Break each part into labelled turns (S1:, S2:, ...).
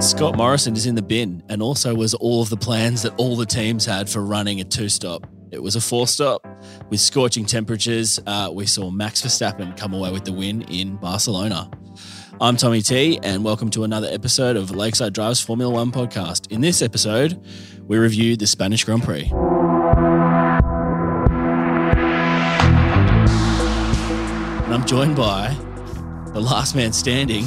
S1: Scott Morrison is in the bin and also was all of the plans that all the teams had for running a two stop. It was a four stop with scorching temperatures. Uh, we saw Max Verstappen come away with the win in Barcelona. I'm Tommy T, and welcome to another episode of Lakeside Drive's Formula One podcast. In this episode, we reviewed the Spanish Grand Prix. And I'm joined by the last man standing,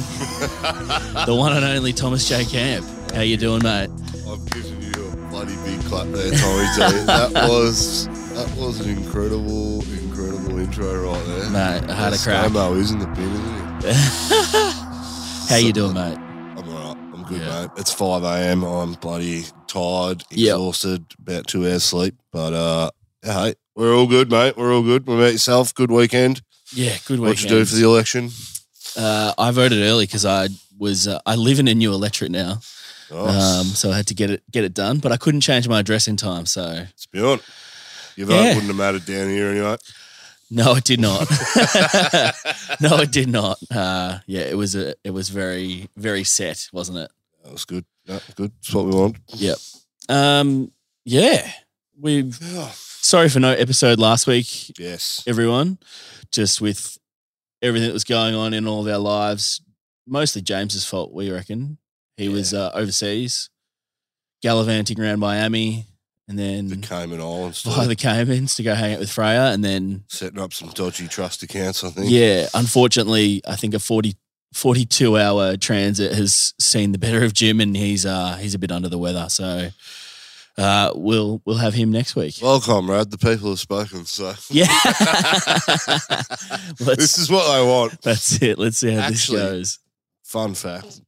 S1: the one and only Thomas J. Camp. How you doing, mate?
S2: I've given you a bloody big clap there, Tommy T. That was that was an incredible, incredible intro right there.
S1: Mate, I had a
S2: That's
S1: crack.
S2: Damo is in the bin, isn't he?
S1: How you doing, mate?
S2: I'm alright. I'm good,
S1: Yeah.
S2: mate. It's five AM. I'm bloody tired,
S1: Yep.
S2: exhausted, about two hours sleep. But uh yeah, hey, we're all good, mate. We're all good. What about yourself? Good weekend.
S1: Yeah, good
S2: What'd you do
S1: weekend.
S2: for the election?
S1: uh, I voted early because I was uh, I live in a new electorate now,
S2: Nice.
S1: um, so I had to get it get it done. But I couldn't change my address in time, so
S2: Let's be honest. Your vote
S1: Yeah.
S2: wouldn't have mattered down here anyway.
S1: no, it did not. no, it did not. Uh, yeah, it was a it was very very set, wasn't it?
S2: That was good. No, good. That's what we want.
S1: Um, yeah, we sorry for no episode last week.
S2: Yes.
S1: everyone, just with everything that was going on in all of our lives. Mostly James's fault, we reckon. He was uh, overseas, gallivanting around Miami, and then
S2: The Cayman Islands.
S1: via the Caymans to go hang out with Freya. And then,
S2: setting up some dodgy trust accounts, I think.
S1: yeah, unfortunately, I think a 40, 42 hour transit has seen the better of Jim, and he's uh, he's a bit under the weather. So uh, we'll we'll have him next week.
S2: Well, comrade, the people have spoken, so
S1: yeah,
S2: this
S1: let's,
S2: is what I want.
S1: that's it. Let's see how
S2: Actually,
S1: this goes.
S2: Fun fact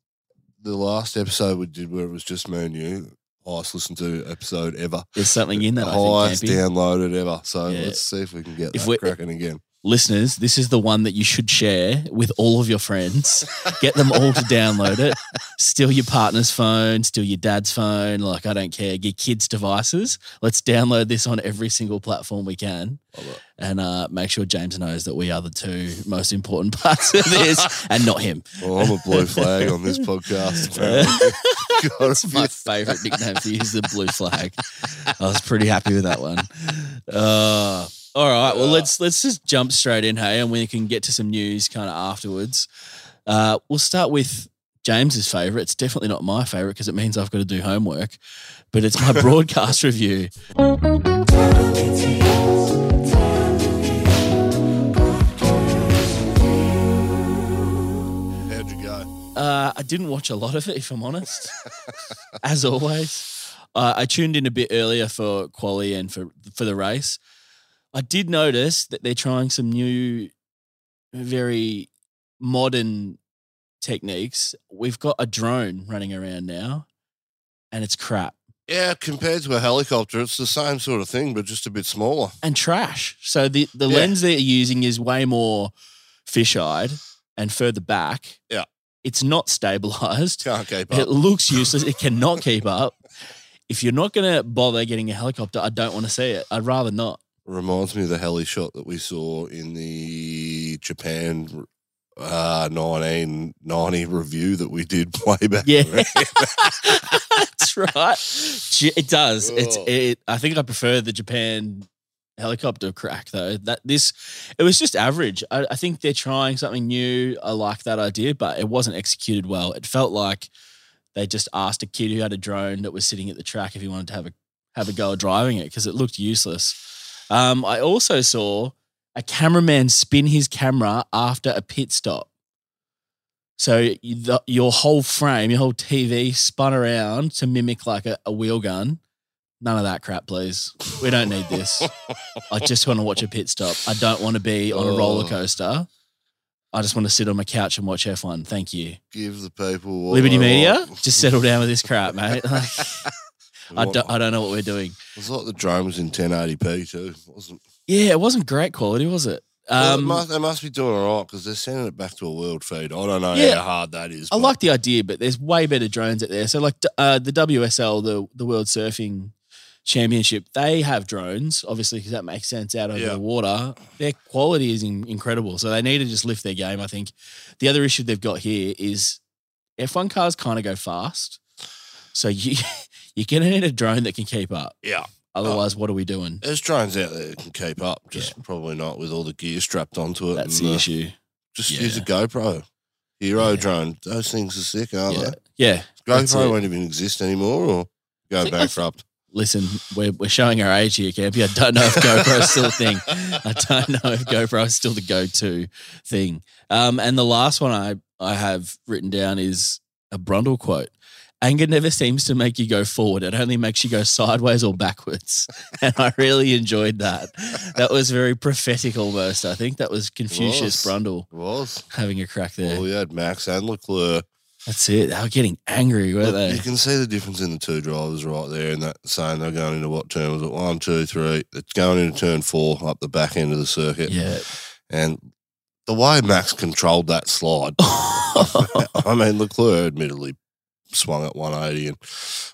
S2: the last episode we did where it was just me and you, highest listened to episode ever.
S1: There's something in that.
S2: The
S1: I
S2: highest
S1: think, Campy.
S2: downloaded ever. So
S1: Yeah.
S2: let's see if we can get
S1: If we-
S2: that cracking again.
S1: Listeners, this is the one that you should share with all of your friends. Get them all to download it. Steal your partner's phone, steal your dad's phone. Like, I don't care. Your kids' devices. Let's download this on every single platform we can.
S2: Love it.
S1: And uh, make sure James knows that we are the two most important parts of this and not him.
S2: Well, I'm a blue flag on this podcast. apparently. God,
S1: That's my favorite nickname for you is the blue flag. I was pretty happy with that one. Uh, all right. Well, let's let's just jump straight in, hey, and we can get to some news kind of afterwards. Uh, we'll start with James's favorite. It's definitely not my favorite because it means I've got to do homework, but it's my broadcast review.
S2: how'd you go?
S1: Uh, I didn't watch a lot of it, if I'm honest. As always, uh, I tuned in a bit earlier for quali and for for the race. I did notice that they're trying some new, very modern techniques. We've got a drone running around now, and it's crap
S2: Yeah, compared to a helicopter, it's the same sort of thing, but just a bit smaller.
S1: and trash. So the the
S2: Yeah.
S1: lens they're using is way more fish-eyed and further back.
S2: Yeah.
S1: it's not stabilized.
S2: Can't keep
S1: It
S2: up.
S1: looks useless. It cannot keep up. If you're not going to bother getting a helicopter, I don't want to see it. I'd rather not.
S2: reminds me of the heli shot that we saw in the Japan uh, 1990 review that we did way back.
S1: Yeah.
S2: when.
S1: That's right. J- It does. It's.
S2: Oh.
S1: It. I think I prefer the Japan helicopter crack though. That this, it was just average. I, I think they're trying something new. I like that idea, but it wasn't executed well. It felt like they just asked a kid who had a drone that was sitting at the track if he wanted to have a have a go at driving it because it looked useless. Um, I also saw a cameraman spin his camera after a pit stop. So you, the, your whole frame, your whole TV spun around to mimic like a, a wheel gun. None of that crap, please. We don't need this. I just want to watch a pit stop. I don't want to be on a roller
S2: Oh.
S1: coaster. I just want to sit on my couch and watch F1. Thank you.
S2: Give the people what
S1: Liberty
S2: they
S1: Media,
S2: want.
S1: just settle down with this crap, mate. Like, I,
S2: It
S1: don't, I don't know what we're doing.
S2: was like the drone was in 1080p too. Wasn't
S1: Yeah, it wasn't great quality, was it?
S2: well, it
S1: Um,
S2: must, they must be doing all right because they're sending it back to a world feed. I don't know
S1: Yeah.
S2: how hard that is.
S1: I
S2: but
S1: like the idea, but there's way better drones out there. So, like uh, the WSL, the the World Surfing Championship, they have drones, obviously, because that makes sense out over
S2: Yeah.
S1: the water. Their quality is in- incredible, so they need to just lift their game. I think the other issue they've got here is F1 cars kind of go fast. So you you're gonna need a drone that can keep up.
S2: Yeah. Uh,
S1: Otherwise, what are we doing?
S2: There's drones out there that can keep up, just probably not with all the gear strapped onto it.
S1: That's
S2: and
S1: the
S2: the-
S1: issue.
S2: Just
S1: Yeah.
S2: use a GoPro. Hero
S1: Yeah.
S2: drone. Those things are sick, aren't
S1: Yeah. yeah.
S2: they?
S1: that's
S2: GoPro
S1: it.
S2: won't even exist anymore or go
S1: Think I th-
S2: bankrupt.
S1: Listen, we're, we're showing our age here, Campy. I don't know if GoPro's still a thing. I don't know if GoPro is still the go-to thing. Um, and the last one I I have written down is a Brundle quote. Anger never seems to make you go forward. It only makes you go sideways or backwards. And I really enjoyed that. That was very prophetic almost. I think that was Confucius
S2: was. Oh,
S1: Brundle
S2: was.
S1: having a crack there.
S2: Well, we had Max and Leclerc.
S1: That's it. They were getting angry, weren't
S2: Look,
S1: they?
S2: You can see the difference in the two drivers right there, and that saying they're going into what turn was it? One, two, three. It's going into turn four up the back end of the circuit,
S1: Yeah.
S2: and the way Max controlled that slide. I mean, Leclerc admittedly swung at 180 and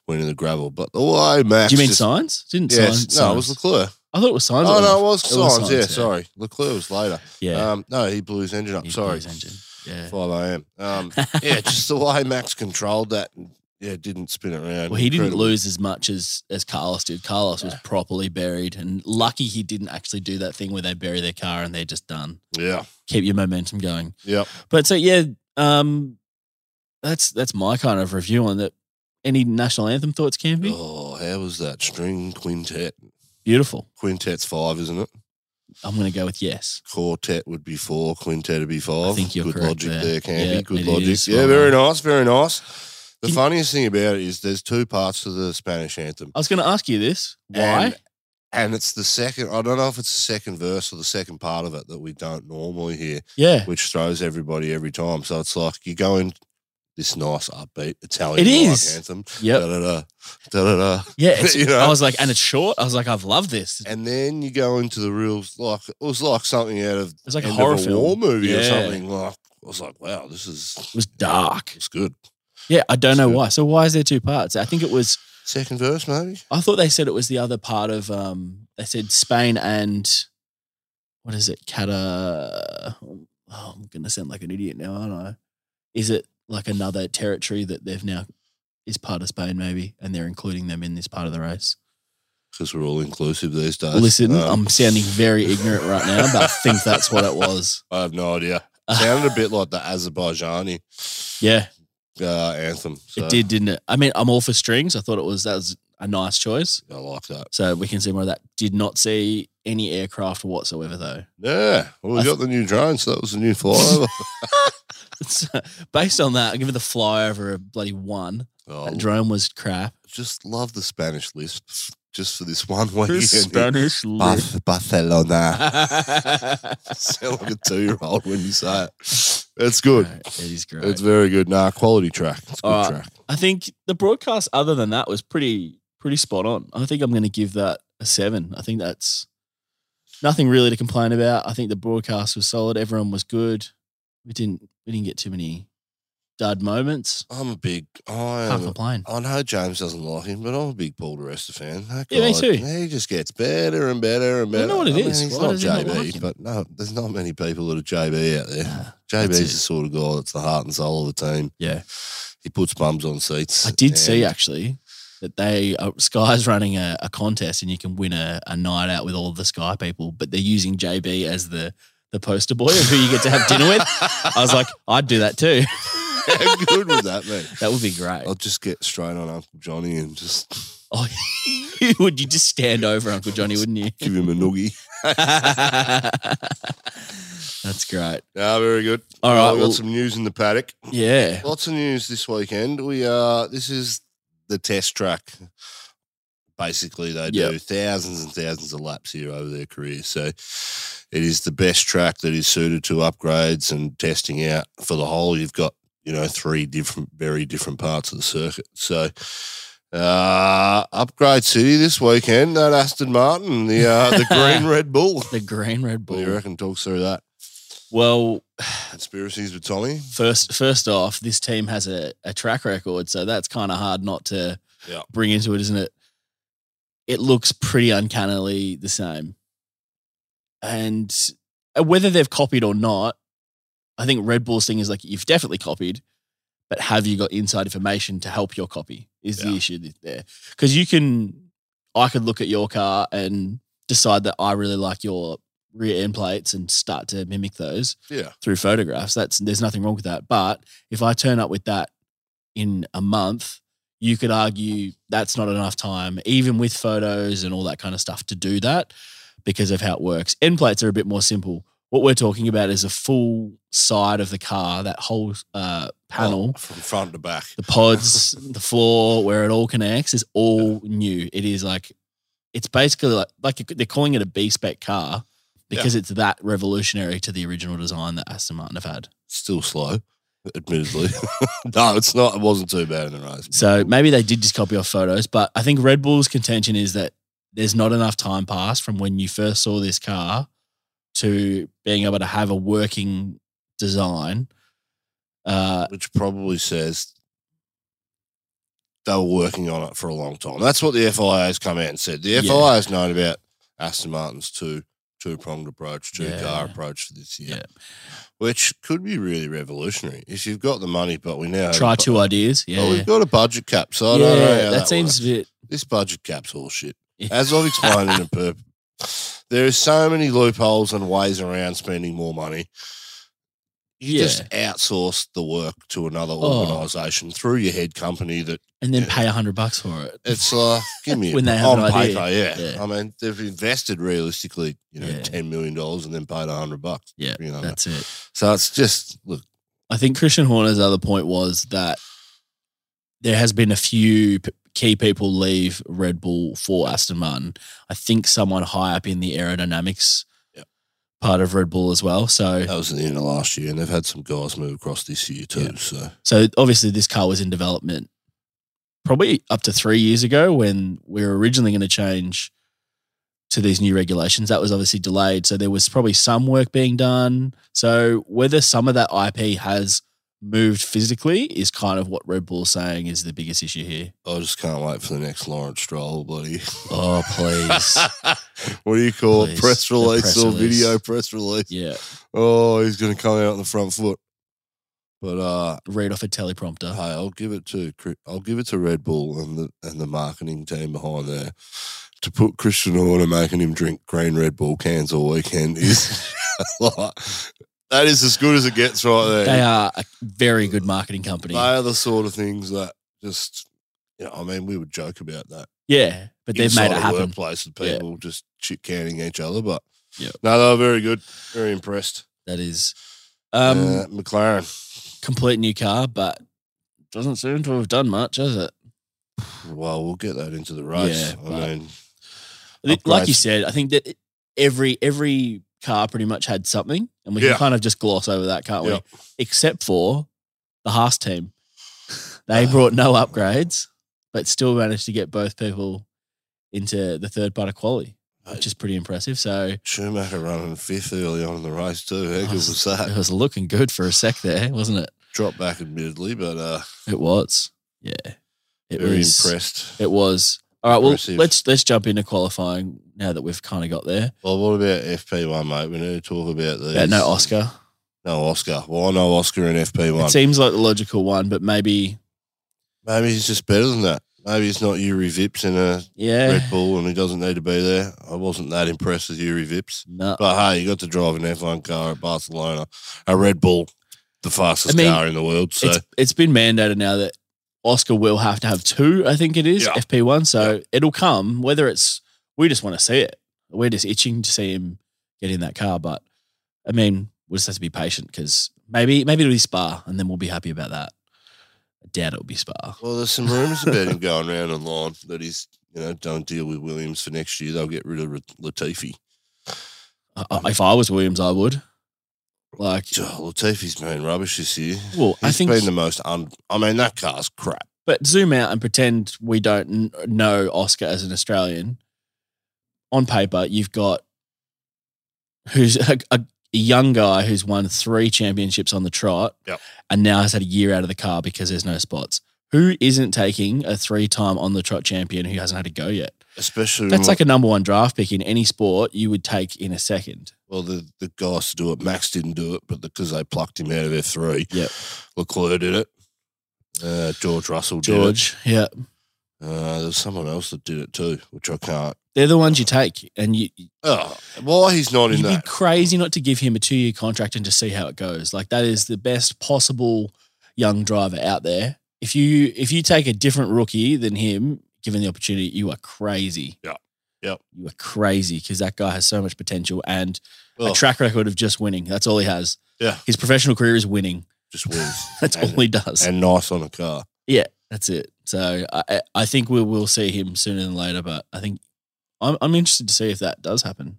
S2: went in the gravel, but the way Max.
S1: Do you mean
S2: just-
S1: signs? Didn't
S2: Yes,
S1: signs?
S2: no, it was Leclerc.
S1: I thought it was signs.
S2: Oh
S1: that
S2: no, it
S1: went
S2: was
S1: It was
S2: signs.
S1: signs,
S2: Yeah,
S1: yeah.
S2: sorry, Leclerc was later.
S1: off. yeah.
S2: Um, no, he blew his engine up.
S1: He blew
S2: sorry,
S1: his engine. Yeah.
S2: five a.m. Um, yeah, just the way Max controlled that. and, Yeah, didn't spin it around.
S1: Well, he didn't
S2: Incredible.
S1: lose as much as as Carlos did. Carlos was properly buried, and lucky he didn't actually do that thing where they bury their car and they're just done.
S2: Yeah,
S1: Keep your momentum going.
S2: Yep.
S1: But so yeah, um, that's that's my kind of review on that. Any national anthem thoughts can be
S2: Oh, how was that string quintet?
S1: beautiful.
S2: Quintet's five, isn't it?
S1: I'm going to go with yes.
S2: Quartet would be four. Quintet would be five.
S1: think you're
S2: Good
S1: correct
S2: logic
S1: there.
S2: there, Campy.
S1: Yeah,
S2: Good
S1: it
S2: logic.
S1: is.
S2: Yeah,
S1: Well
S2: very nice. Very nice. The
S1: Can-
S2: funniest thing about it is there's two parts to the Spanish anthem.
S1: I was going to ask you this. Why?
S2: And, and it's the second, I don't know if it's the second verse or the second part of it that we don't normally hear,
S1: yeah.
S2: which throws everybody every time. So it's like you go in this nice upbeat Italian
S1: It
S2: rock
S1: is.
S2: anthem.
S1: Yep.
S2: Da da da. Da da da.
S1: Yeah. It's,
S2: You know?
S1: I was like, and it's short. I was like, I've loved this.
S2: And then you go into the real, like, it was like something out of
S1: It's like a
S2: end
S1: horror
S2: of a
S1: film.
S2: war movie or
S1: Yeah.
S2: something. Like I was like, wow, this is
S1: It was dark.
S2: It's good.
S1: Yeah, I don't
S2: It's
S1: know
S2: good.
S1: why. So why is there two parts? I think it was.
S2: Second verse, maybe.
S1: I thought they said it was the other part of. Um, they said Spain and what is it? Cata. Oh, I'm gonna sound like an idiot now, aren't I? Is it like another territory that they've now is part of Spain, maybe, and they're including them in this part of the race?
S2: Because we're all inclusive these days.
S1: Listen,
S2: Um,
S1: I'm sounding very ignorant right now, but I think that's what it was.
S2: I have no idea. Sounded a bit like the Azerbaijani
S1: yeah,
S2: uh, anthem. So
S1: it did, didn't it? I mean, I'm all for strings. I thought it was that was a nice choice.
S2: I like that.
S1: So we can see more of that. Did not see any aircraft whatsoever, though.
S2: Yeah. Well, we
S1: I
S2: got the new drone, so that was a new flyover.
S1: So, based on that, I give it the flyover a bloody one.
S2: oh,
S1: That drone was crap.
S2: just love the Spanish lisp just for this one week.
S1: Spanish
S2: Barth- Barcelona.
S1: It
S2: Sound like a two-year-old when you say it. It's good.
S1: is great.
S2: It's very good. Nah, quality track. It's a good
S1: All right.
S2: track.
S1: I think the broadcast, other than that, was pretty pretty spot on. I think I'm going to give that a seven. I think that's nothing really to complain about. I think the broadcast was solid. Everyone was good. We didn't we didn't get too many dud moments.
S2: I'm a big. I
S1: Can't
S2: am. a-
S1: complain.
S2: I know James doesn't like him, but I'm a big Paul DeResta fan. That
S1: Yeah, me too.
S2: He just gets better and better and
S1: I
S2: better.
S1: don't know what it
S2: it is.
S1: is.
S2: He's
S1: Why
S2: not
S1: does he not
S2: JB,
S1: like him?
S2: but no, there's not many people that are JB out there.
S1: Nah,
S2: JB's
S1: that's
S2: the
S1: it.
S2: sort of guy that's the heart and soul of the team.
S1: yeah.
S2: He puts bums on seats.
S1: I did
S2: and-
S1: see actually that they uh, Sky's running a, a contest and you can win a, a night out with all the Sky people, but they're using JB as the the poster boy of who you get to have dinner with. I was like, I'd do that too.
S2: How good would that be?
S1: That would be great.
S2: I'll just get straight on Uncle Johnny and just
S1: Oh, you would you just stand over Uncle Johnny, wouldn't you?
S2: give him a noogie.
S1: That's great.
S2: Ah, very good.
S1: All right.
S2: we got
S1: Well,
S2: some news in the paddock.
S1: yeah.
S2: Lots of news this weekend. We uh this is the test track. Basically, they do thousands and thousands of laps here over their career. So it is the best track that is suited to upgrades and testing out for the whole. You've got, you know, three different, very different parts of the circuit. So uh upgrade city this weekend, that Aston Martin, the uh the green Red Bull.
S1: The green Red
S2: What do you
S1: Bull.
S2: reckon? Talk through that.
S1: Well,
S2: Conspiracies with Tommy.
S1: first first off, this team has a, a track record, so that's kind of hard not to
S2: Yeah.
S1: bring into it, isn't it? It looks pretty uncannily the same. And uh, whether they've copied or not, I think Red Bull's thing is like you've definitely copied, but have you got inside information to help your copy? Is
S2: Yeah.
S1: the issue th- there? Because you can, I could look at your car and decide that I really like your rear end plates and start to mimic those
S2: Yeah.
S1: through photographs. That's there's nothing wrong with that. But if I turn up with that in a month, you could argue that's not enough time, even with photos and all that kind of stuff, to do that because of how it works. End plates are a bit more simple. What we're talking about is a full side of the car, that whole uh, panel,
S2: Oh, from front to back.
S1: the pods, the floor, where it all connects is all new. It is like, it's basically like, like they're calling it a B spec car because it's that revolutionary to the original design that Aston Martin have had.
S2: Still slow, admittedly. no, it's not. It wasn't too bad in the race.
S1: So maybe they did just copy off photos, but I think Red Bull's contention is that there's not enough time passed from when you first saw this car to being able to have a working design. Uh,
S2: which probably says they were working on it for a long time. That's what the FIA's come out and said. The
S1: Yeah.
S2: FIA's known about Aston Martin's two two pronged approach, two car
S1: Yeah.
S2: approach for this year,
S1: Yeah.
S2: which could be really revolutionary if you've got the money. Uh, But we now have
S1: try
S2: a bu-
S1: two ideas. Yeah.
S2: Well, we've got a budget cap, so I
S1: yeah,
S2: don't know. how
S1: that,
S2: that
S1: seems
S2: works.
S1: a bit.
S2: this budget cap's all shit.
S1: Yeah.
S2: As I've explained in a perp, there are so many loopholes and ways around spending more money. You
S1: Yeah.
S2: just outsource the work to another
S1: Oh.
S2: organisation through your head company. That
S1: And then
S2: Yeah.
S1: pay a hundred bucks for it.
S2: it's like, give me a-
S1: When they have
S2: on
S1: an idea.
S2: paper, yeah.
S1: Yeah.
S2: I mean, they've invested realistically, you know,
S1: Yeah.
S2: ten million dollars and then paid a hundred bucks.
S1: Yeah,
S2: you know,
S1: That's it.
S2: so it's just look,
S1: I think Christian Horner's other point was that there has been a few p- key people leave Red Bull for Aston Martin. I think someone high up in the aerodynamics
S2: Yep.
S1: part of Red Bull as well. So,
S2: that was at the end of last year, and they've had some guys move across this year too. So
S1: so obviously this car was in development probably up to three years ago when we were originally going to change to these new regulations. That was obviously delayed. So there was probably some work being done. So whether some of that IP has moved physically is kind of what Red Bull is saying is the biggest issue here.
S2: I just can't wait for the next Lawrence Stroll, buddy.
S1: Oh, please.
S2: what do you call it?
S1: Please,
S2: Press
S1: the
S2: release
S1: press
S2: or
S1: release.
S2: video press release?
S1: yeah.
S2: Oh, he's going to come out on the front foot. But uh,
S1: Read off a
S2: hey,
S1: teleprompter.
S2: I'll give it to Cri- I'll give it to Red Bull and the and the marketing team behind there to put Christian Horner making him drink green Red Bull cans all weekend is like, that is as good as it gets right there.
S1: They are a very good marketing company.
S2: They are the sort of things that just you know, I mean, we would joke about that.
S1: Yeah. But they've
S2: inside
S1: made it
S2: the
S1: happen.
S2: Workplace with
S1: Yeah.
S2: people just chit canning each other, but
S1: Yeah.
S2: no, they were very good, very impressed.
S1: That is.
S2: Um,
S1: Um,
S2: McLaren,
S1: complete new car, but doesn't seem to have done much, does it?
S2: well, we'll get that into the race.
S1: Yeah,
S2: I
S1: but-
S2: mean,
S1: I think, like you
S2: Upgrades.
S1: said, I think that every every car pretty much had something, and we
S2: Yeah.
S1: can kind of just gloss over that, can't
S2: Yep.
S1: we? Except for the Haas team, they
S2: Uh,
S1: brought no upgrades, but still managed to get both people into the third part of quali, which is pretty impressive. So
S2: Schumacher running fifth early on in the race too. How good was
S1: it
S2: that?
S1: was looking good for a sec there, wasn't it?
S2: Dropped back admittedly, but uh,
S1: It was, yeah. It
S2: very
S1: was.
S2: impressed.
S1: It was. All right. Well,
S2: Impressive.
S1: let's let's jump into qualifying now that we've kind of got there.
S2: Well, what about FP1, mate? We need to talk about these.
S1: Yeah, no Oscar.
S2: No Oscar. Well, I know Oscar in FP1.
S1: It seems like the logical one, but maybe
S2: Maybe he's just better than that. Maybe it's not Yuri Vips in a
S1: yeah.
S2: Red Bull and he doesn't need to be there. I wasn't that impressed with Yuri Vips.
S1: No.
S2: But hey, you got to drive an F1 car at Barcelona, a Red Bull, the fastest
S1: I mean,
S2: car in the world. So
S1: it's it's been mandated now that Oscar will have to have two, I think it is,
S2: Yeah.
S1: FP one. So it'll come, whether it's we just want to see it. We're just itching to see him get in that car. But I mean, we'll just have to be patient because maybe maybe it'll be spa and then we'll be happy about that. I doubt it'll be spa.
S2: well, there's some rumours about him going around online that he's you know don't deal with Williams for next year. They'll get rid of Latifi.
S1: I, I- if I was Williams, I would. Like
S2: Oh, Latifi's been rubbish this year. He's
S1: well, I think
S2: been the most. Un- I mean, that car's crap.
S1: But zoom out and pretend we don't n- know Oscar as an Australian. On paper, you've got who's a, a young guy who's won three championships on the trot,
S2: Yep.
S1: and now has had a year out of the car because there's no spots. Who isn't taking a three-time on the trot champion who hasn't had a go yet?
S2: Especially
S1: That's
S2: when-
S1: like a number one draft pick in any sport you would take in a second.
S2: well, the the guys to do it. Max didn't do it, but because they plucked him out of F three,
S1: Yep.
S2: Leclerc did it. Uh, George Russell did it.
S1: George. Yeah.
S2: Uh, there was someone else that did it too, which I can't.
S1: They're the ones you take, and you
S2: Oh, why he's not in
S1: you'd be
S2: that?
S1: crazy not to give him a two-year contract and just see how it goes. Like that is the best possible young driver out there. If you if you take a different rookie than him, given the opportunity, you are crazy.
S2: Yeah. Yep.
S1: You are crazy because that guy has so much potential and
S2: Well,
S1: a track record of just winning. That's all he has.
S2: Yeah.
S1: His professional career is winning.
S2: just wins.
S1: That's
S2: and,
S1: all he does.
S2: And nice on a car.
S1: Yeah, that's it. So I- I, I think we will see him sooner than later, but I think I'm, I'm interested to see if that does happen.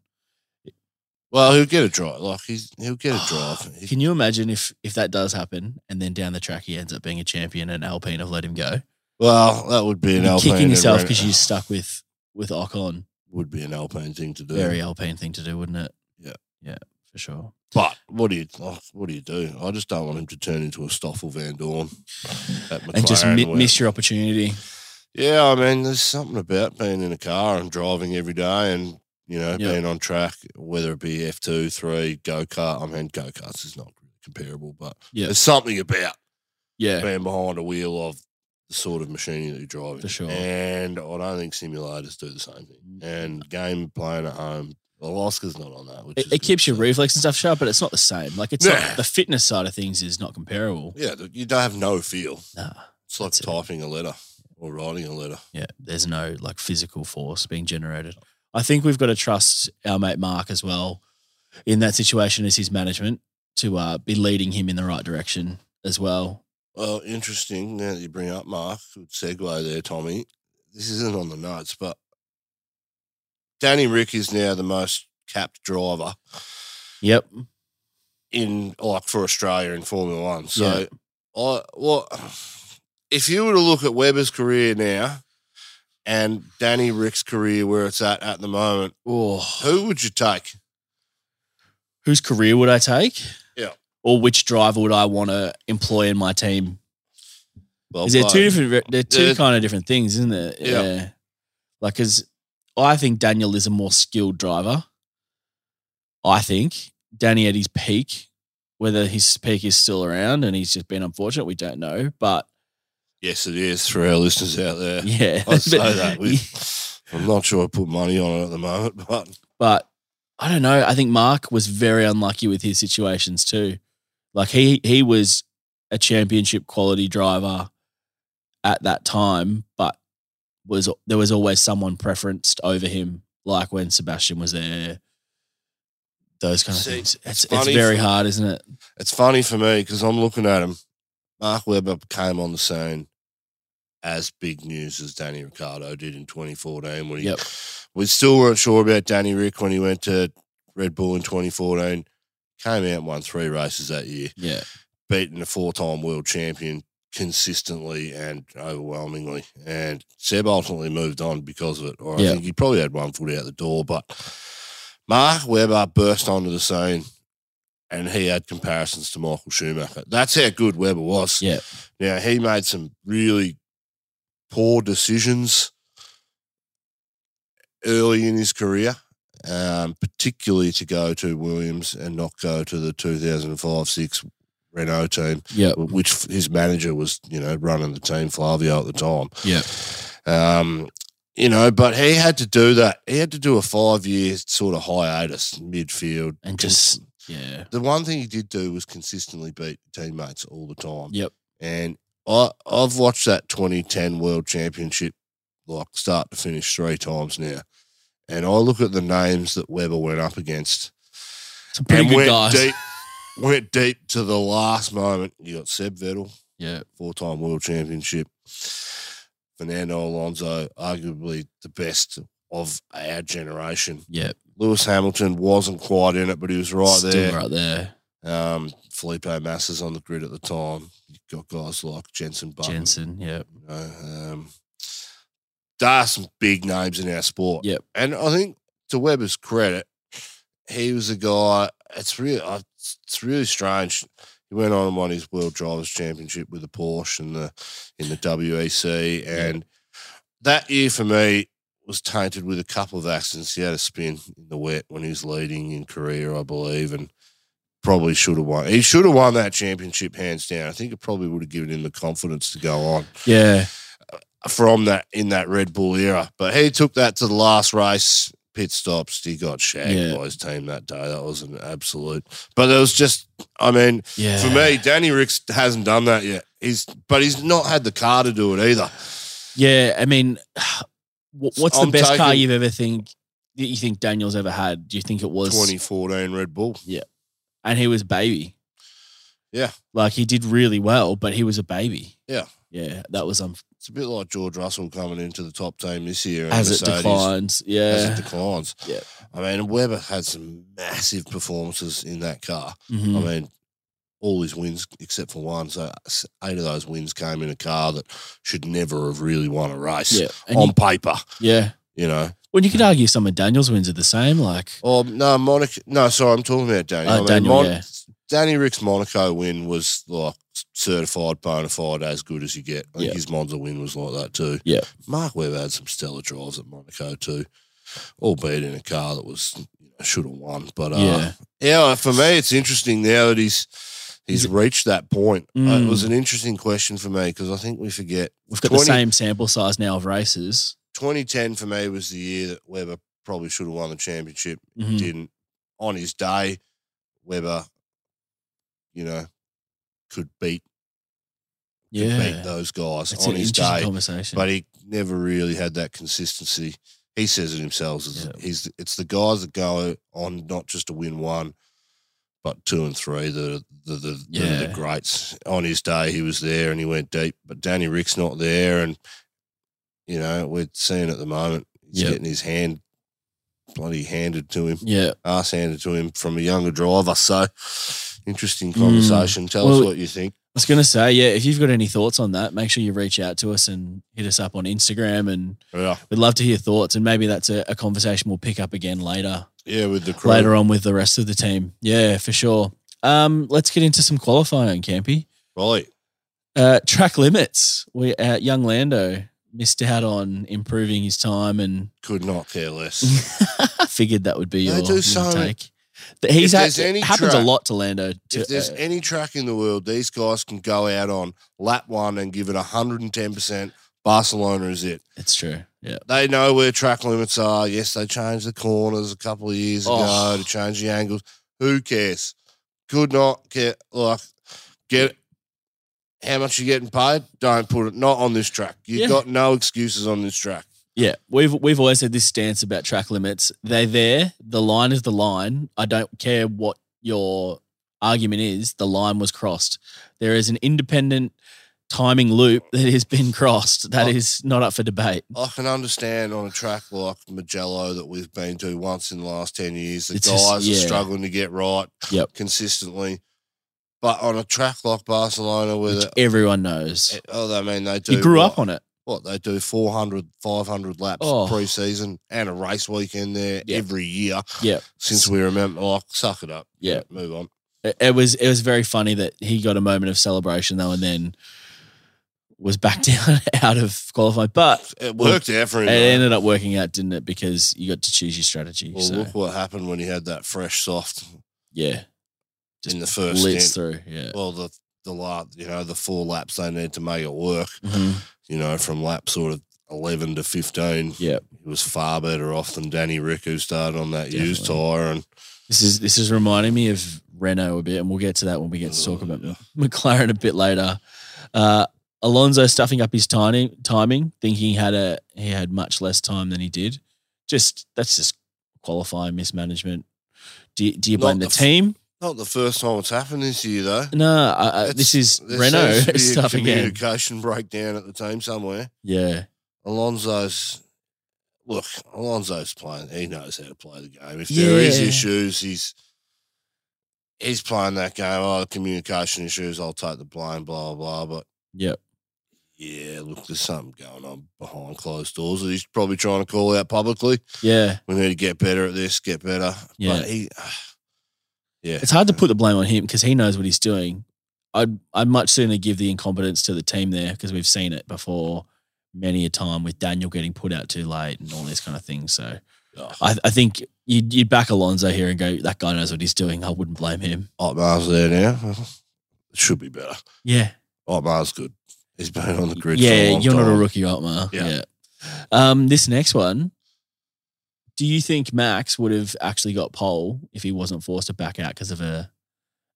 S2: Well, he'll get a drive. Like he's, he'll get a drive. He-
S1: Ah, Can you imagine if if that does happen and then down the track he ends up being a champion and Alpine have let him go?
S2: well, that would be an
S1: You're
S2: Alpine.
S1: kicking yourself
S2: everyone-
S1: because you're stuck with with Ocon.
S2: would be an Alpine thing to do.
S1: Very Alpine thing to do, wouldn't it?
S2: Yeah.
S1: Yeah, for sure.
S2: But what do you like, what do you do? I just don't want him to turn into a Stoffel Van Dorn at McLaren.
S1: And just mi-
S2: where-
S1: miss your opportunity.
S2: Yeah, I mean, there's something about being in a car and driving every day, and you know,
S1: Yeah.
S2: being on track, whether it be F two, three, go kart. I mean, go karts is not comparable, but
S1: Yeah.
S2: there's something about
S1: Yeah.
S2: being behind a wheel of the sort of machinery that you're driving.
S1: For sure. Mm.
S2: And I don't think simulators do the same thing. And game playing at home, well, Oscar's not on that. Which is
S1: It, it
S2: good,
S1: keeps your
S2: so-
S1: reflex and stuff sharp, but it's not the same. Like it's
S2: Nah.
S1: not, the fitness side of things is not comparable.
S2: Yeah, th- you don't have no feel.
S1: Nah.
S2: It's like
S1: That's it.
S2: typing a letter or writing a letter.
S1: Yeah, there's no like physical force being generated. I think we've got to trust our mate Mark as well in that situation as his management to uh, be leading him in the right direction as well.
S2: Well, interesting now that you bring up Mark. Good segue there, Tommy. This isn't on the notes, but Danny Rick is now the most capped driver
S1: Yep.
S2: in like for Australia in Formula One. So, I well, if you were to look at Webber's career now and Danny Rick's career where it's at at the moment,
S1: Oh,
S2: who would you take?
S1: whose career would I take?
S2: Yeah.
S1: Or which driver would I want to employ in my team?
S2: Well,
S1: Is there two
S2: played.
S1: different? They're two
S2: Oh, Yeah.
S1: kind of different things, isn't there?
S2: Yeah.
S1: Like, because I think Daniel is a more skilled driver. I think Danny at his peak, whether his peak is still around and he's just been unfortunate, we don't know. But
S2: Yes, it is for our listeners out there.
S1: yeah,
S2: I say
S1: But-
S2: that. With, I'm not sure I put money on it at the moment, but
S1: but I don't know. I think Mark was very unlucky with his situations too. Like he he was a championship quality driver at that time, but was there was always someone preferenced over him, like when Sebastian was there. Those kind of
S2: See,
S1: things. It's, it's
S2: funny
S1: very
S2: for-
S1: hard, isn't it?
S2: it's funny for me because I'm looking at him. Mark Webber came on the scene as big news as Danny Ricardo did in 2014. When he,
S1: Yep.
S2: We still weren't sure about Danny Rick when he went to Red Bull in 2014. Came out and won three races that year,
S1: Yeah.
S2: beating a four time world champion consistently and overwhelmingly. And Seb ultimately moved on because of it. Or I
S1: Yeah.
S2: think he probably had one foot out the door, but Mark Webber burst onto the scene and he had comparisons to Michael Schumacher. That's how good Webber was.
S1: Yeah.
S2: Now, he made some really poor decisions early in his career, um, particularly to go to Williams and not go to the 2005 6 Renault team
S1: Yeah.
S2: which his manager was, you know, running the team, Flavio at the time.
S1: Yeah.
S2: Um, you know, but he had to do that. He had to do a five year sort of hiatus midfield.
S1: And just yeah.
S2: The one thing he did do was consistently beat teammates all the time.
S1: Yep.
S2: And I, I've watched that 2010 World Championship like start to finish three times now. And I look at the names that Weber went up against
S1: Some pretty
S2: and
S1: good
S2: went
S1: guys.
S2: deep went deep to the last moment. You got Seb Vettel,
S1: Yeah.
S2: four time world championship. Fernando Alonso, arguably the best of our generation.
S1: Yeah.
S2: Lewis Hamilton wasn't quite in it, but he was right
S1: Still
S2: there.
S1: right there.
S2: Um, Felipe Massa's on the grid at the time. You've got guys like Jensen Button.
S1: Jensen. Yeah.
S2: You know, um, there are some big names in our sport.
S1: Yep.
S2: And I think to Webber's credit, he was a guy. It's really, uh, it's it's really strange. He went on and won his World Drivers Championship with the Porsche and the in the WEC, and that year for me was tainted with a couple of accidents. He had a spin in the wet when he was leading in Korea, I believe, and probably should have won. He should have won that championship hands down. I think it probably would have given him the confidence to go on
S1: Yeah.
S2: from that in that Red Bull era. But he took that to the last race. Pit stops. He got shagged
S1: Yeah.
S2: by his team that day. That was an absolute. But it was just. I mean,
S1: Yeah.
S2: for me, Danny Ricks hasn't done that yet. He's but he's not had the car to do it either.
S1: Yeah. I mean, wh- what's
S2: I'm
S1: the best car
S2: taking-
S1: you've ever think that you think Daniel's ever had? Do you think it was
S2: 2014 Red Bull.
S1: and he was a baby?
S2: Yeah.
S1: Like he did really well, but he was a baby.
S2: Yeah.
S1: Yeah. That was um,
S2: It's a bit like George Russell coming into the top team this year. and
S1: as it
S2: Mercedes
S1: declines.
S2: As it
S1: Yeah.
S2: declines.
S1: Yeah.
S2: I mean, Weber had some massive performances in that car.
S1: Mhm.
S2: I mean, all his wins except for one. So uh, s- eight of those wins came in a car that should never have really won a race
S1: Yeah. And
S2: on
S1: you-
S2: paper.
S1: yeah.
S2: You know.
S1: Well, you could argue some of Daniel's wins are the same. Like,
S2: Oh no, Monaco. No, sorry, I'm talking about Danny.
S1: Oh,
S2: I mean,
S1: Daniel,
S2: Mon-
S1: yeah.
S2: Danny Rick's Monaco win was like certified bona fide as good as you get. I think
S1: Yeah.
S2: his Monza win was like that too.
S1: Yeah.
S2: Mark Webber had some stellar drives at Monaco too, albeit in a car that was should have won. But uh, yeah.
S1: Yeah.
S2: for me, it's interesting now that he's he's
S1: Is it-
S2: reached that point. Uh,
S1: Mm.
S2: It was an interesting question for me because I think we forget
S1: we've got
S2: 20
S1: the same sample size now of races.
S2: 2010 for me was the year that Webber probably should have won the championship
S1: Mhm.
S2: didn't. On his day, Weber, you know, could beat could
S1: Yeah.
S2: beat those guys
S1: It's
S2: on
S1: an
S2: his
S1: interesting
S2: day,
S1: conversation.
S2: but he never really had that consistency. He says it himself. It's,
S1: Yeah.
S2: he's it's the guys that go on not just to win one, but two and three. The the the, the,
S1: Yeah.
S2: the greats. On his day, he was there and he went deep. But Danny Rick's not there, and you know we're seeing at the moment he's
S1: Yeah.
S2: getting his hand bloody handed to him
S1: yeah.
S2: ass handed to him from a younger driver. So interesting conversation. Tell us
S1: Mm. Well-
S2: what you think.
S1: I was going to say, yeah, if you've got any thoughts on that, make sure you reach out to us and hit us up on Instagram. And
S2: Yeah,
S1: we'd love to hear thoughts. And maybe that's a, a conversation we'll pick up again later,
S2: yeah, with the crew.
S1: later on with the rest of the team. Yeah, for sure. Um, let's get into some qualifying, Campy.
S2: Right.
S1: Uh, track limits. We uh, Young Lando missed out on improving his time and
S2: Could not care less.
S1: figured that would be
S2: They
S1: your,
S2: do
S1: your
S2: so-
S1: take. That He's
S2: If
S1: had,
S2: there's any
S1: it happens
S2: track-
S1: a lot to Lando. To,
S2: if there's
S1: uh,
S2: any track in the world these guys can go out on lap one and give it 110%, Barcelona is it.
S1: it's true. Yeah.
S2: They know where track limits are. Yes, they changed the corners a couple of years
S1: Oh.
S2: ago to change the angles. Who cares? Could not care. Like, get how much you're getting paid. Don't put it not on this track. You've
S1: Yeah.
S2: got no excuses on this track.
S1: Yeah, we've we've always had this stance about track limits. They're there. The line is the line. I don't care what your argument is. The line was crossed. There is an independent timing loop that has been crossed. That
S2: Oh.
S1: is not up for debate.
S2: I can understand on a track like Magello that we've been to once in the last 10 years, the
S1: It's
S2: guys
S1: just-
S2: are
S1: yeah.
S2: struggling to get right
S1: Yep.
S2: consistently. But on a track like Barcelona, where
S1: Which
S2: the,
S1: everyone knows.
S2: oh, I mean, they uh, do.
S1: You grew
S2: what-
S1: up on it.
S2: what they do 400 500 laps
S1: Oh.
S2: pre-season and a race weekend there
S1: Yeah.
S2: every year
S1: Yeah.
S2: since we remember like suck it up
S1: Yeah.
S2: move on
S1: It, it was it was very funny that he got a moment of celebration though, and then was back down out of qualifying. But
S2: it worked out for him
S1: it
S2: though.
S1: ended up working out, didn't it? Because you got to choose your strategy.
S2: well
S1: so
S2: look what happened when he had that fresh soft
S1: yeah,
S2: in the first
S1: blitz
S2: stint.
S1: through. Yeah.
S2: well the the la you know the four laps they need to make it work
S1: Mhm.
S2: you know from lap sort of 11 to 15
S1: Yeah.
S2: he was far better off than danny rick who started on that used
S1: Definitely.
S2: tire and
S1: This is this is reminding me of Renault a bit, and we'll get to that when we get to talk about
S2: Yeah.
S1: McLaren a bit later. Uh, Alonso stuffing up his timing, timing, thinking he had a he had much less time than he did. Just that's just qualifying mismanagement. Do you, do you
S2: Not
S1: blame the,
S2: the f-
S1: team?
S2: not the first time it's happened this year though
S1: No, I, I,
S2: That's-
S1: uh, this is
S2: there
S1: Renault
S2: seems to be a
S1: stuff again.
S2: Communication breakdown at the team somewhere.
S1: Yeah,
S2: Alonso's look. Alonso's playing. He knows how to play the game. If there is
S1: Yeah.
S2: issues, he's he's playing that game. Oh, communication issues. I'll take the blame. Blah blah. blah. But
S1: Yep.
S2: yeah, look, there's something going on behind closed doors that he's probably trying to call out publicly.
S1: yeah.
S2: We need to get better at this. Get better.
S1: Yeah.
S2: But he, yeah,
S1: It's hard to put the blame on him because he knows what he's doing. I'd I'd much sooner give the incompetence to the team there because we've seen it before many a time with Daniel getting put out too late and all this kind of thing. So
S2: Oh.
S1: I, I think you'd, you'd back Alonso here and go, that guy knows what he's doing. I wouldn't blame him.
S2: Otmar's there now. Should be better.
S1: Yeah.
S2: Otmar's good. He's been on the grid. for
S1: Yeah,
S2: a long
S1: you're not a
S2: time.
S1: rookie, Otmar.
S2: Yeah.
S1: Yeah. Um, this next one. Do you think Max would have actually got pole if he wasn't forced to back out because of a,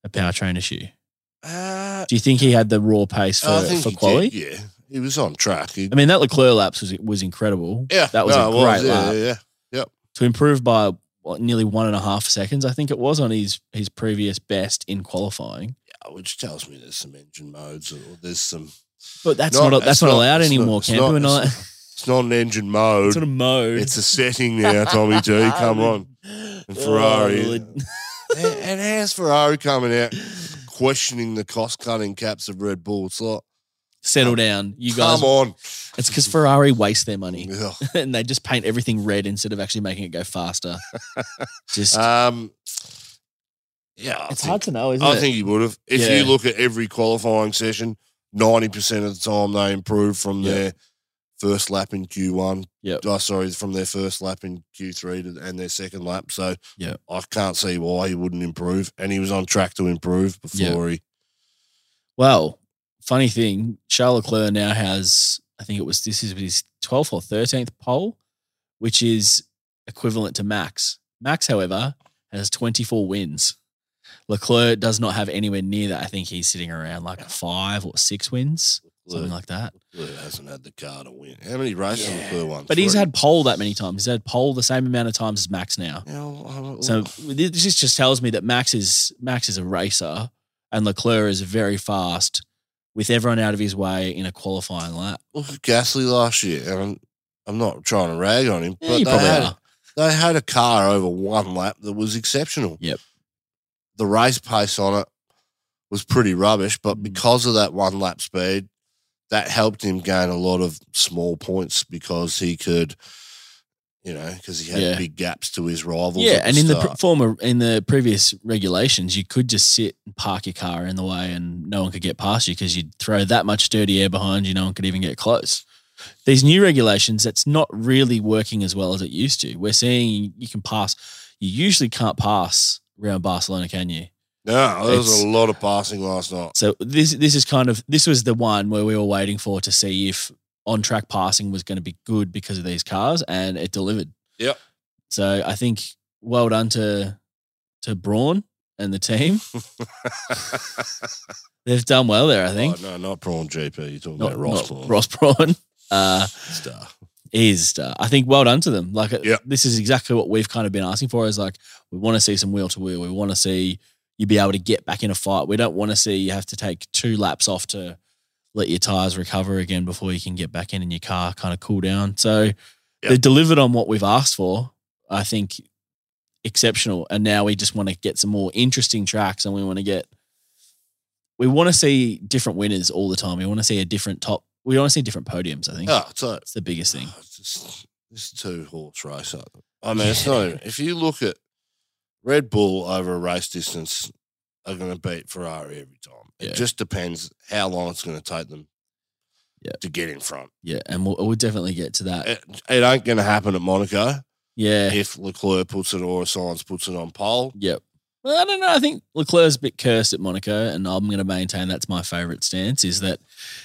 S1: a powertrain issue?
S2: Uh,
S1: Do you think he had the raw pace for,
S2: I think
S1: for
S2: he did,
S1: quali?
S2: Yeah, he was on track. He-
S1: I mean, that Leclerc lapse was, was incredible.
S2: yeah,
S1: that was
S2: no,
S1: a
S2: it
S1: great
S2: yeah,
S1: lap.
S2: Yeah, yeah.
S1: To improve by what, nearly one and a half seconds, I think it was on his, his previous best in qualifying.
S2: Yeah, Which tells me there's some engine modes or there's some.
S1: But that's
S2: No,
S1: not, that's
S2: it's
S1: not
S2: not-
S1: allowed
S2: it's not-
S1: anymore,
S2: it's
S1: can
S2: not-
S1: we? We're
S2: it's
S1: not-
S2: not- It's not an engine mode.
S1: It's
S2: It's,
S1: not a mode.
S2: a setting now, Tommy G. Come on. And Ferrari.
S1: Oh,
S2: and, and how's Ferrari coming out questioning the cost cutting caps of Red Bull? It's like,
S1: Settle down. You guys
S2: come on.
S1: It's because Ferrari waste their money
S2: Ugh.
S1: and they just paint everything red instead of actually making it go faster. Just
S2: Um, yeah, I
S1: it's
S2: think-
S1: hard to know, isn't
S2: I
S1: it?
S2: think he would have. If
S1: Yeah.
S2: you look at every qualifying session, 90% of the time they improve from
S1: Yeah.
S2: their first lap in Q1.
S1: Yep.
S2: Oh, sorry, from their first lap in Q3 to, and their second lap. So
S1: Yeah.
S2: I can't see why he wouldn't improve. And he was on track to improve before he.
S1: well, funny thing, Charles Leclerc now has I think it was this is his twelfth or thirteenth pole, which is equivalent to Max. Max, however, has twenty four wins. Leclerc does not have anywhere near that. I think he's sitting around like five or six wins, something like that.
S2: Leclerc hasn't had the car to win. How many races
S1: Yeah.
S2: yeah. Leclerc won?
S1: But he's
S2: Three.
S1: had pole that many times. He's had pole the same amount of times as Max now.
S2: You know, I-
S1: So this just just tells me that Max is Max is a racer, and Leclerc is very fast, with everyone out of his way in a qualifying lap.
S2: look at Gasly last year. And I'm, I'm not trying to rag on him,
S1: Yeah,
S2: but
S1: you
S2: they
S1: probably
S2: had,
S1: are.
S2: they had a car over one lap that was exceptional.
S1: Yep.
S2: The race pace on it was pretty rubbish, but
S1: Mm.
S2: because of that one lap speed, that helped him gain a lot of small points because he could, you know, because he had
S1: Yeah.
S2: big gaps to his rivals.
S1: Yeah,
S2: at
S1: and in the
S2: start.
S1: pr- former in the previous regulations, you could just sit and park your car in the way, and no one could get past you because you'd throw that much dirty air behind you. No one could even get close. These new regulations, that's not really working as well as it used to. We're seeing you can pass. You usually can't pass around Barcelona, can you?
S2: no, there was
S1: it's-
S2: a lot of passing last night.
S1: So this this is kind of this was the one where we were waiting for to see if on track passing was going to be good because of these cars, and it delivered.
S2: Yep.
S1: So I think well done to to Braun and the team. They've done well there. I think
S2: Oh, no, not Prawn GP. You're talking
S1: Not-
S2: about Ross
S1: not
S2: Brawn.
S1: Ross Braun. Uh,
S2: Star.
S1: is uh, I think well done to them. Like uh,
S2: Yeah.
S1: this is exactly what we've kind of been asking for. Is like we want to see some wheel to wheel. We want to see you be able to get back in a fight. We don't want to see you have to take two laps off to let your tires recover again before you can get back in and your car kind of cool down. So they've delivered on what we've asked for. I think exceptional. And now we just want to get some more interesting tracks, and we want to get we want to see different winners all the time. We want to see a different top. We want to see different podiums. I think.
S2: Oh, so
S1: It's the biggest thing.
S2: Oh, it's just- this two horse race. I mean, it's not. even- If you look at Red Bull over a race distance, are going to beat Ferrari every time.
S1: Yeah.
S2: It just depends how long it's going to take them
S1: Yeah.
S2: to get in front.
S1: Yeah, and we'll, we'll definitely get to that.
S2: It, it ain't going to happen at Monaco
S1: Eh, Yeah.
S2: if Leclerc puts it or Sainz puts it on pole.
S1: Yep. Well, I don't know. I think Leclerc's a bit cursed at Monaco, and I'm going to maintain that's my favourite stance is that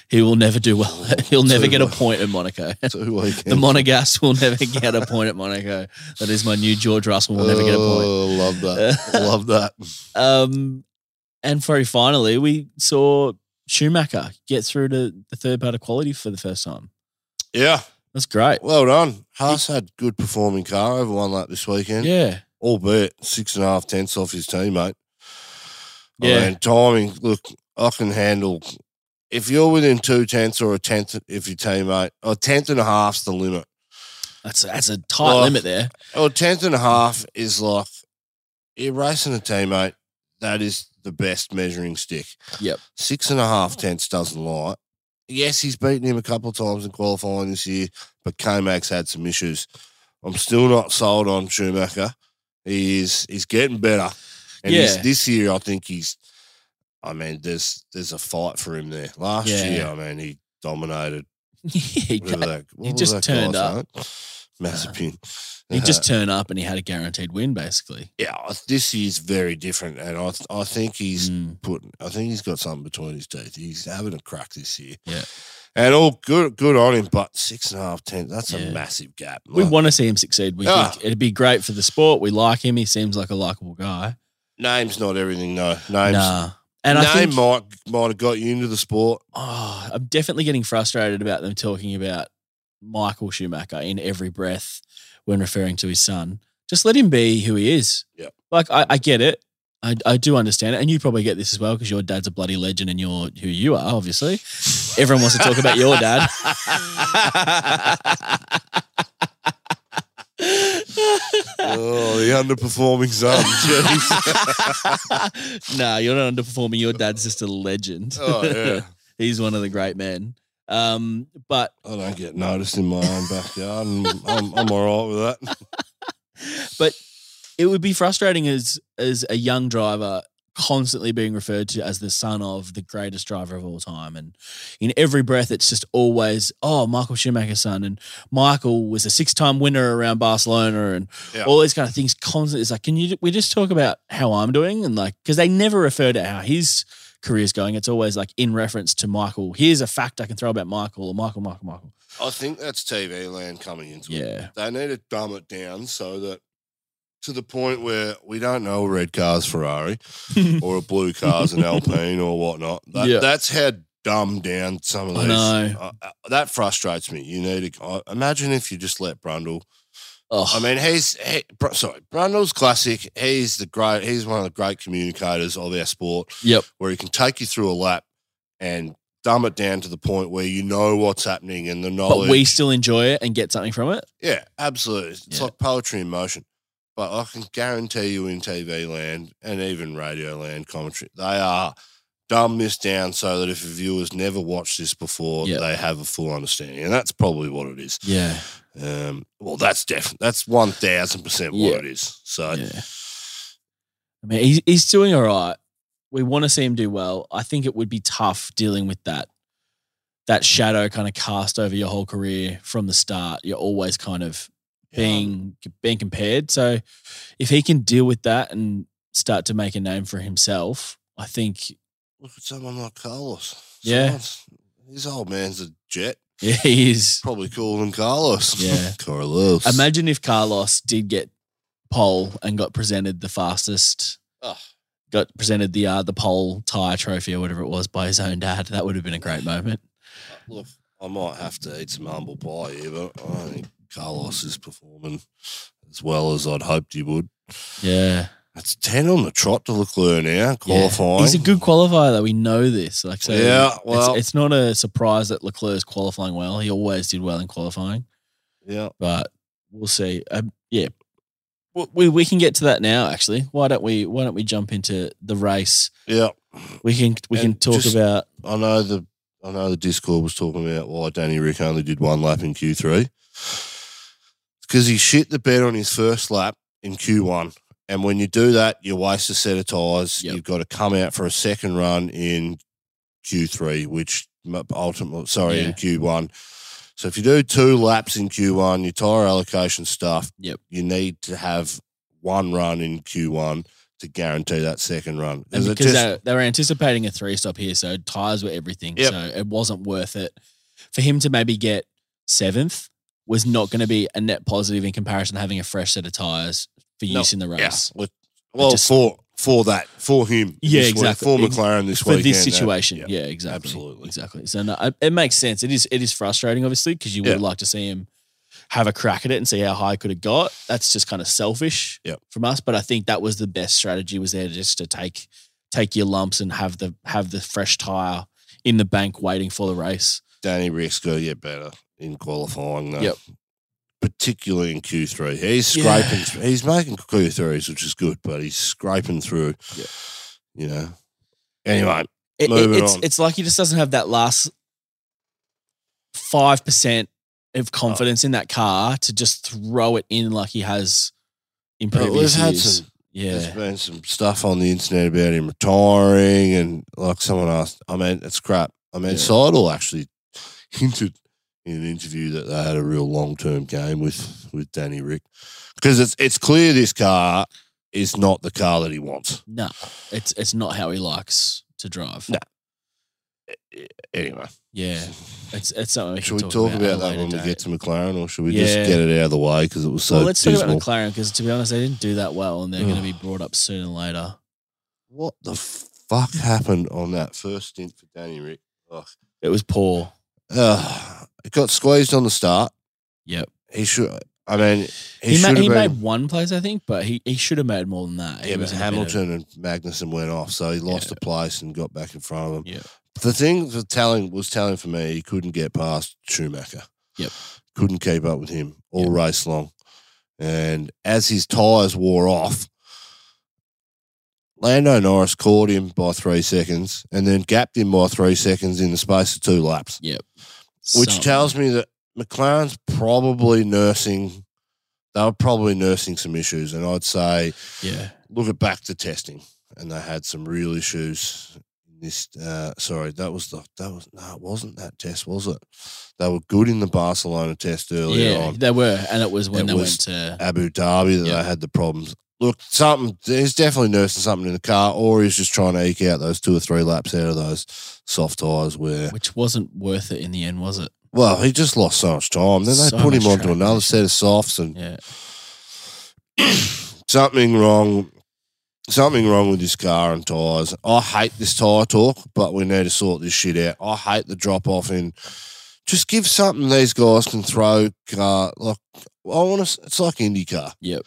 S1: he will never do well. He'll never
S2: Too
S1: get a
S2: much.
S1: point at Monaco.
S2: Two weekends.
S1: The Monegas will never get a point at Monaco. That is my new George Russell will never get a point.
S2: Oh, love that. love that.
S1: Um, and very finally, we saw Schumacher get through to the third part of quality for the first time.
S2: Yeah.
S1: That's great.
S2: Well done. Haas had good performing car over one lap this weekend.
S1: Yeah.
S2: albeit six and a half tenths off his teammate.
S1: Yeah.
S2: I mean, timing, look, I can handle if you're within two tenths or a tenth if your teammate a tenth and a half's the limit.
S1: That's that's a tight
S2: Well,
S1: limit there.
S2: Or a tenth and a half is like you're racing a teammate, that is the best measuring stick.
S1: Yep.
S2: Six and a half tenths doesn't lie. Yes, he's beaten him a couple of times in qualifying this year, but K Max had some issues. I'm still not sold on Schumacher. He is he's getting better. And he's,
S1: Yeah.
S2: this year I think he's I mean, there's there's a fight for him there. Last
S1: Yeah.
S2: year, I mean, he dominated.
S1: he
S2: Whatever that, what was
S1: just
S2: that
S1: turned
S2: guy's
S1: up.
S2: name? Mazepin.
S1: He just
S2: Uh-huh.
S1: turn up and he had a guaranteed win, basically.
S2: yeah, this is very different, and I I think he's
S1: Mm.
S2: putting. I think he's got something between his teeth. He's having a crack this year.
S1: Yeah.
S2: And all good, good on him, but six and a half, ten, that's
S1: Yeah.
S2: a massive gap.
S1: We
S2: Like,
S1: want to see him succeed. We
S2: Ah.
S1: think it'd be great for the sport. We like him. He seems like a likable guy.
S2: name's not everything, no. Name's,
S1: Nah. And I
S2: name
S1: think
S2: might, might have got you into the sport.
S1: oh, I'm definitely getting frustrated about them talking about Michael Schumacher in every breath when referring to his son. Just let him be who he is.
S2: Yep.
S1: Like I, I get it. I, I do understand it. And you probably get this as well because your dad's a bloody legend and you're who you are, obviously. Everyone wants to talk about your dad.
S2: oh, the underperforming son. Jeez.
S1: nah, you're not underperforming. Your dad's just a legend.
S2: Oh, yeah.
S1: He's one of the great men. Um, but
S2: I don't get noticed in my own backyard. And I'm, I'm all right with that.
S1: it would be frustrating as as a young driver constantly being referred to as the son of the greatest driver of all time and in every breath it's just always oh michael schumacher's son and michael was a six-time winner around barcelona and
S2: Yeah.
S1: all these kind of things constantly it's like can you we just talk about how i'm doing and like because they never refer to how his career's going it's always like in reference to michael here's a fact i can throw about michael or michael michael michael
S2: I think that's TV land coming into it.
S1: yeah
S2: They need to dumb it down so that to the point where we don't know a red car's Ferrari or a blue car's an Alpine or whatnot. That,
S1: Yeah.
S2: That's how dumbed down some of
S1: I
S2: these.
S1: know.
S2: Uh, uh, that frustrates me. You need to I imagine if you just let Brundle
S1: oh
S2: I mean, he's he, Br- sorry, Brundle's classic. He's the great. He's one of the great communicators of our sport,
S1: yep
S2: where he can take you through a lap and dumb it down to the point where you know what's happening and the knowledge.
S1: but we still enjoy it and get something from it
S2: yeah, absolutely. It's
S1: Yeah.
S2: like poetry in motion. But I can guarantee you, in TV land and even radio land commentary, they are dumb this down so that if a viewer's never watched this before,
S1: Yeah.
S2: they have a full understanding, and that's probably what it is.
S1: yeah
S2: Um, well, that's definitely that's one thousand percent what
S1: Yeah.
S2: it is. So.
S1: Yeah. I mean, he's, he's doing all right. We want to see him do well. I think it would be tough dealing with that that shadow kind of cast over your whole career from the start. You're always kind of
S2: Yeah.
S1: being being compared. So if he can deal with that and start to make a name for himself, I think
S2: Look at someone like Carlos.
S1: Yeah.
S2: Someone's- His old man's a jet.
S1: yeah, he is.
S2: Probably cooler than Carlos.
S1: Yeah.
S2: Carlos.
S1: Imagine if Carlos did get pole and got presented the fastest
S2: Oh,
S1: got presented the uh, the pole tire trophy or whatever it was by his own dad. That would have been a great moment.
S2: look, I might have to eat some humble pie here, but I don't think Carlos is performing as well as I'd hoped he would.
S1: Yeah,
S2: That's 10 on the trot to Leclerc now, qualifying.
S1: He's a good qualifier though. We know this. Like, so
S2: Yeah, well-
S1: it's, it's not a surprise that Leclerc's qualifying well. He always did well in qualifying,
S2: Yeah.
S1: but we'll see. Um, yeah, W- we we can get to that now. Actually, why don't we why don't we jump into the race?
S2: Yeah.
S1: We can we can
S2: And
S1: talk
S2: just-
S1: about
S2: I know the I know the Discord was talking about why Danny Rick only did one lap in Q three because he shit the bed on his first lap in Q one, and when you do that, you waste a set of tires.
S1: Yep.
S2: You've got to come out for a second run in Q three, which m- ultimately, sorry,
S1: Yeah.
S2: in Q one. So if you do two laps in Q one, your tire allocation stuff,
S1: Yep.
S2: you need to have one run in Q one to guarantee that second run.
S1: and
S2: Is it
S1: because
S2: just-
S1: they, they were anticipating a three stop here, so tires were everything.
S2: Yep.
S1: So it wasn't worth it for him to maybe get seventh was not going to be a net positive in comparison to having a fresh set of tires for
S2: No.
S1: use in the
S2: Yeah.
S1: race.
S2: With- well,
S1: just-
S2: for for that, for him.
S1: Yeah,
S2: this week,
S1: exactly.
S2: for McLaren this
S1: for
S2: weekend.
S1: this
S2: uh,
S1: situation.
S2: yeah.
S1: yeah, exactly,
S2: absolutely.
S1: exactly. So no, I- it makes sense. It is it is frustrating, obviously, because you would
S2: Yeah.
S1: like to see him have a crack at it and see how high it could have got. That's just kind of selfish
S2: Yep.
S1: from us, but I think that was the best strategy was there just to take take your lumps and have the have the fresh tire in the bank waiting for the race.
S2: Danny Rick's got to get better in qualifying, though.
S1: Yep.
S2: Particularly in Q three, he's
S1: Yeah.
S2: scraping. He's making Q threes, which is good, but he's scraping through.
S1: Yeah.
S2: You know. Anyway,
S1: It, it,
S2: Moving
S1: it's
S2: on.
S1: it's like he just doesn't have that last five percent
S2: Oh.
S1: of confidence in that car to just throw it in like he has in
S2: uh, we've
S1: previous
S2: had
S1: years.
S2: some. There's
S1: yeah.
S2: been some stuff on the internet about him retiring, and like someone asked, I mean, it's crap. I mean,
S1: Yeah.
S2: Seidel actually hinted in an interview that they had a real long term game with with Danny Rick because it's it's clear this car is not the car that he wants.
S1: No, it's it's not how he likes to drive.
S2: No. Anyway,
S1: Yeah, it's it's something we can
S2: should we talk, about,
S1: at a
S2: that
S1: later
S2: when we
S1: date.
S2: get to McLaren, or should we
S1: Yeah.
S2: just get it out of the way because it was so
S1: well, let's talk
S2: dismal?
S1: about McLaren because to be honest, they didn't do that well, and they're going to be brought up sooner or later.
S2: what the fuck happened on that first stint for Danny Rick? Ugh.
S1: It was poor.
S2: Ugh. it got squeezed on the start.
S1: Yep.
S2: He should. I mean, he,
S1: He, ma-
S2: should
S1: he
S2: have been.
S1: made one place, I think, but he, he should have made more than that. He
S2: yeah, but
S1: was in a bit of-
S2: Hamilton and Magnussen went off, so he lost the place and got back in front of him.
S1: Yeah.
S2: The thing that telling was telling for me, he couldn't get past Schumacher.
S1: Yep.
S2: Couldn't keep up with him all race long, and as his tires wore off, Lando Norris caught him by three seconds, and then gapped him by three seconds in the space of two laps. Which
S1: Something.
S2: tells me that McLaren's probably nursing. They were probably nursing some issues, and I'd say
S1: yeah,
S2: look at back to testing, and they had some real issues. in This uh, sorry, that was the that was no, it wasn't that test, was it? They were good in the Barcelona test earlier
S1: yeah,
S2: on.
S1: they were, and it was when
S2: It
S1: they
S2: was-
S1: went to
S2: Abu Dhabi that
S1: Yeah.
S2: they had the problems. Look, something he's definitely nursing something in the car, or he's just trying to eke out those two or three laps out of those soft tires where
S1: which wasn't worth it in the end, was it?
S2: Well, he just lost so much time. Then they
S1: So
S2: put
S1: much
S2: him onto
S1: track
S2: another
S1: days.
S2: set of softs and
S1: Yeah,
S2: something wrong. Something wrong with this car and tyres. I hate this tyre talk, but we need to sort this shit out. I hate the drop off in. Just give something these guys can throw. Car like I want to. It's like IndyCar.
S1: Yep.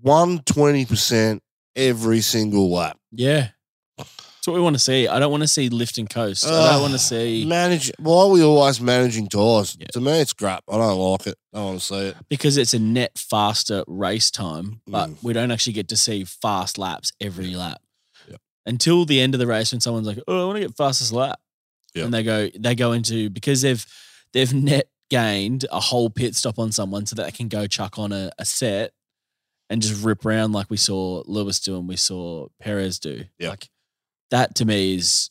S2: One twenty percent every single lap.
S1: yeah. That's what we want to see. I don't want to see lift and coast. I
S2: Ugh.
S1: don't want to see
S2: Manage. Why are we always managing tyres?
S1: Yeah.
S2: To me, it's crap. I don't like it. I don't want to see it.
S1: because it's a net faster race time, but
S2: Mm.
S1: we don't actually get to see fast laps every lap
S2: Yep.
S1: until the end of the race when someone's like, "Oh, I want to get fastest lap,"
S2: Yep.
S1: and they go they go into because they've they've net gained a whole pit stop on someone so that they can go chuck on a, a set and just rip round like we saw Lewis do and we saw Perez do.
S2: Yep.
S1: Like that to me is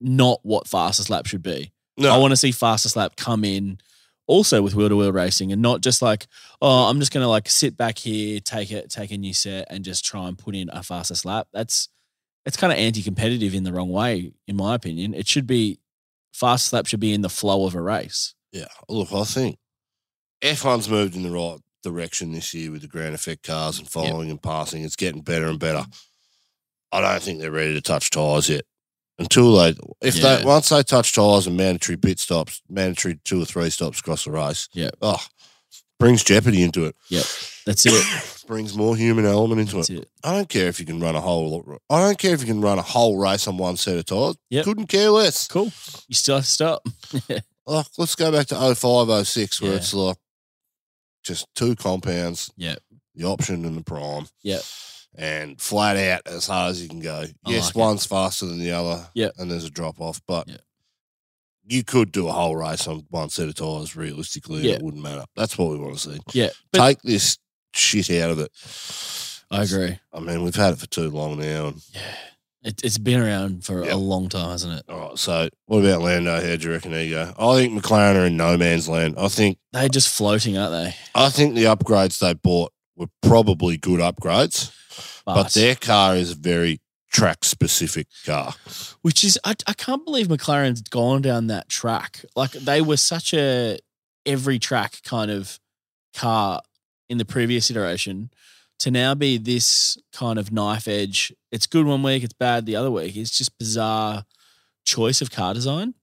S1: not what fastest lap should be.
S2: No.
S1: I want to see fastest lap come in also with wheel to wheel racing and not just like, oh, I'm just gonna like sit back here, take it, take a new set and just try and put in a fastest lap. That's it's kind of anti competitive in the wrong way, in my opinion. It should be fastest lap should be in the flow of a race.
S2: Yeah. Look, I think F1's moved in the right direction this year with the ground effect cars and following and passing. It's getting better and
S1: Mm-hmm.
S2: better. I don't think they're ready to touch tyres yet. Until they, if
S1: Yeah.
S2: they once they touch tyres and mandatory pit stops, mandatory two or three stops across the race.
S1: Yeah.
S2: Oh, brings jeopardy into it.
S1: That's it.
S2: brings more human element into
S1: That's
S2: it.
S1: it.
S2: I don't care if you can run a whole. I don't care if you can run a whole race on one set of tyres.
S1: Yep.
S2: Couldn't care less.
S1: Cool. You still have to stop.
S2: like let's go back to 05, 06, where
S1: Yeah.
S2: it's like just two compounds.
S1: Yeah.
S2: The option and the prime.
S1: Yeah.
S2: And flat out as hard as you can go. yes,
S1: like it.
S2: one's faster than the other.
S1: Yeah.
S2: And there's a drop off. But
S1: Yeah.
S2: you could do a whole race on one set of tires realistically. and
S1: Yeah.
S2: It wouldn't matter. That's what we want to see.
S1: Yeah. But
S2: Take this shit out of it.
S1: I agree.
S2: I mean, we've had it for too long now. And,
S1: Yeah. It, it's been around for
S2: Yeah.
S1: a long time, hasn't it?
S2: all right. So what about Lando here? Do you reckon he go? I think McLaren are in no man's land. I think
S1: They're just floating, aren't they?
S2: I think the upgrades they bought were probably good upgrades, but their car is a very track specific car.
S1: which is I, I can't believe McLaren's gone down that track. Like they were such a every track kind of car in the previous iteration to now be this kind of knife edge. It's good one week, it's bad the other week. It's just bizarre choice of car design.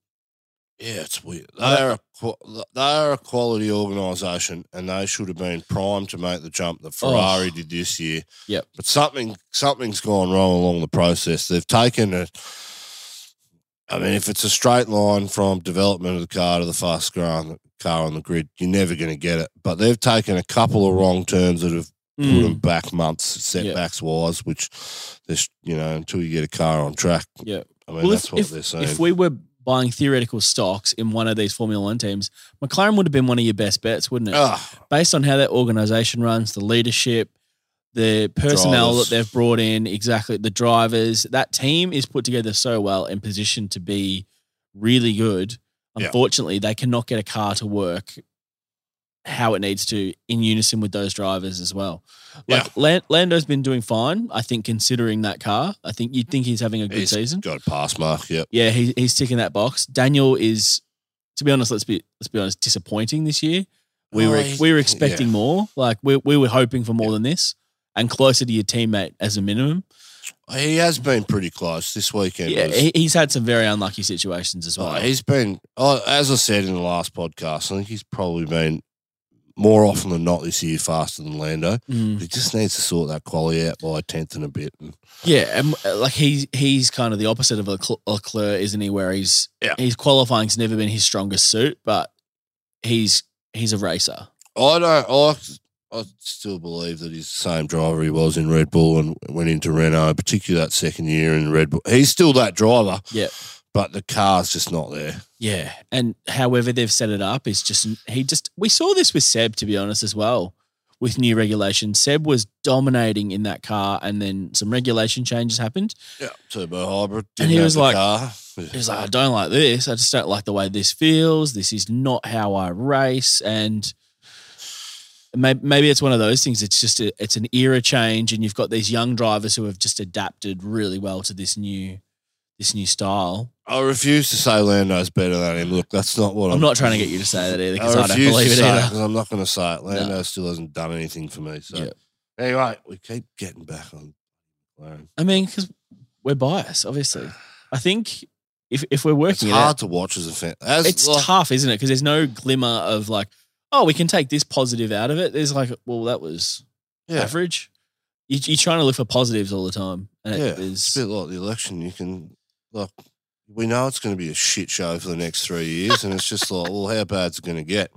S2: Yeah, it's weird. They're a, qu- they're a quality organisation and they should have been primed to make the jump that Ferrari did this year.
S1: Yep.
S2: But something something's gone wrong along the process. They've taken a I mean, if it's a straight line from development of the car to the fast car on the, car on the grid, you're never going to get it. But they've taken a couple of wrong turns that have
S1: Mm.
S2: put them back months setbacks wise, which this you know until you get a car on track.
S1: Yeah.
S2: I mean
S1: Well,
S2: that's
S1: if-
S2: what they're saying.
S1: If we were buying theoretical stocks in one of these Formula One teams, McLaren would have been one of your best bets, wouldn't it?
S2: Ah,
S1: based on how that organization runs, the leadership, the personnel
S2: Drivers.
S1: that they've brought in, exactly the drivers, that team is put together so well and positioned to be really good.
S2: Yeah.
S1: Unfortunately, they cannot get a car to work how it needs to in unison with those drivers as well. Like
S2: Yeah.
S1: Lan- Lando's been doing fine, I think, considering that car. I think you'd think he's having a good
S2: He's
S1: season.
S2: Got a pass mark. Yep.
S1: Yeah, he, he's ticking that box. Daniel is, to be honest, let's be let's be honest, disappointing this year. We
S2: Oh,
S1: were
S2: he-
S1: we were expecting
S2: yeah.
S1: more. Like we we were hoping for more than this, and closer to your teammate as a minimum.
S2: He has been pretty close this weekend.
S1: yeah,
S2: was-
S1: he, he's had some very unlucky situations as well.
S2: Oh, he's been, oh, as I said in the last podcast, I think he's probably been more often than not this year faster than Lando.
S1: Mm.
S2: He just needs to sort that quality out by a tenth and a bit. And
S1: Yeah, and uh, like he's he's kind of the opposite of Lecl- Leclerc, isn't he? Where he's
S2: Yeah.
S1: he's qualifying's never been his strongest suit, but he's he's a racer.
S2: I don't, I, I still believe that he's the same driver he was in Red Bull and went into Renault, particularly that second year in Red Bull. He's still that driver.
S1: Yeah.
S2: But the car's just not there.
S1: Yeah, and however they've set it up is just he just we saw this with Seb to be honest as well with new regulations. Seb was dominating in that car, and then some regulation changes happened.
S2: Yeah. Turbo hybrid. Didn't
S1: And he
S2: have
S1: was
S2: the
S1: like-
S2: car.
S1: He was like, I don't like this. I just don't like the way this feels. This is not how I race. And maybe, maybe it's one of those things. It's just a, it's an era change, and you've got these young drivers who have just adapted really well to this new this new style.
S2: I refuse to say Lando's better than him. Look, that's not what I'm.
S1: I'm not trying to get you to say that either because I, don't
S2: refuse
S1: believe
S2: to
S1: it
S2: say
S1: either.
S2: 'cause I'm not going to say it. Lando still hasn't done anything for me. So
S1: Yeah.
S2: anyway, we keep getting back on. McLaren.
S1: I mean, because we're biased, obviously. I think if if we're
S2: It's
S1: working it out-
S2: hard to watch as a fan. As
S1: it's
S2: like-
S1: tough, isn't it? Because there's no glimmer of like, oh, we can take this positive out of it. There's like, well, that was
S2: Yeah.
S1: average. You, you're trying to look for positives all the time, and
S2: Yeah,
S1: it is
S2: It's a bit like the election. You can look. We know it's going to be a shit show for the next three years, and it's just like, well, how bad's it going to get?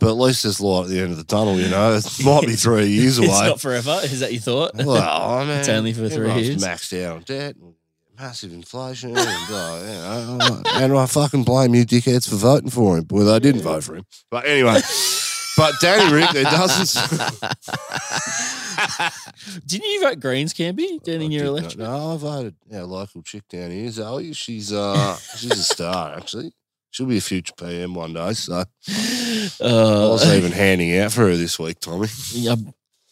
S2: But at least there's light at the end of the tunnel. You know, it might be three years away.
S1: it's not forever. Is that your thought?
S2: Well, I mean,
S1: It's only for three
S2: everyone's
S1: years.
S2: Maxed out on debt, and massive inflation, and, uh, you know, and I fucking blame you dickheads for voting for him. Well, I didn't vote for him, but anyway. But Danny Rick, it doesn't.
S1: Didn't you vote Greens, Canby, down in
S2: I
S1: your
S2: did not-
S1: election?
S2: No, I voted our local chick down here, Zoe. She's uh, she's a star actually. She'll be a future PM one day. So I
S1: Uh,
S2: was even handing out for her this week, Tommy.
S1: yeah,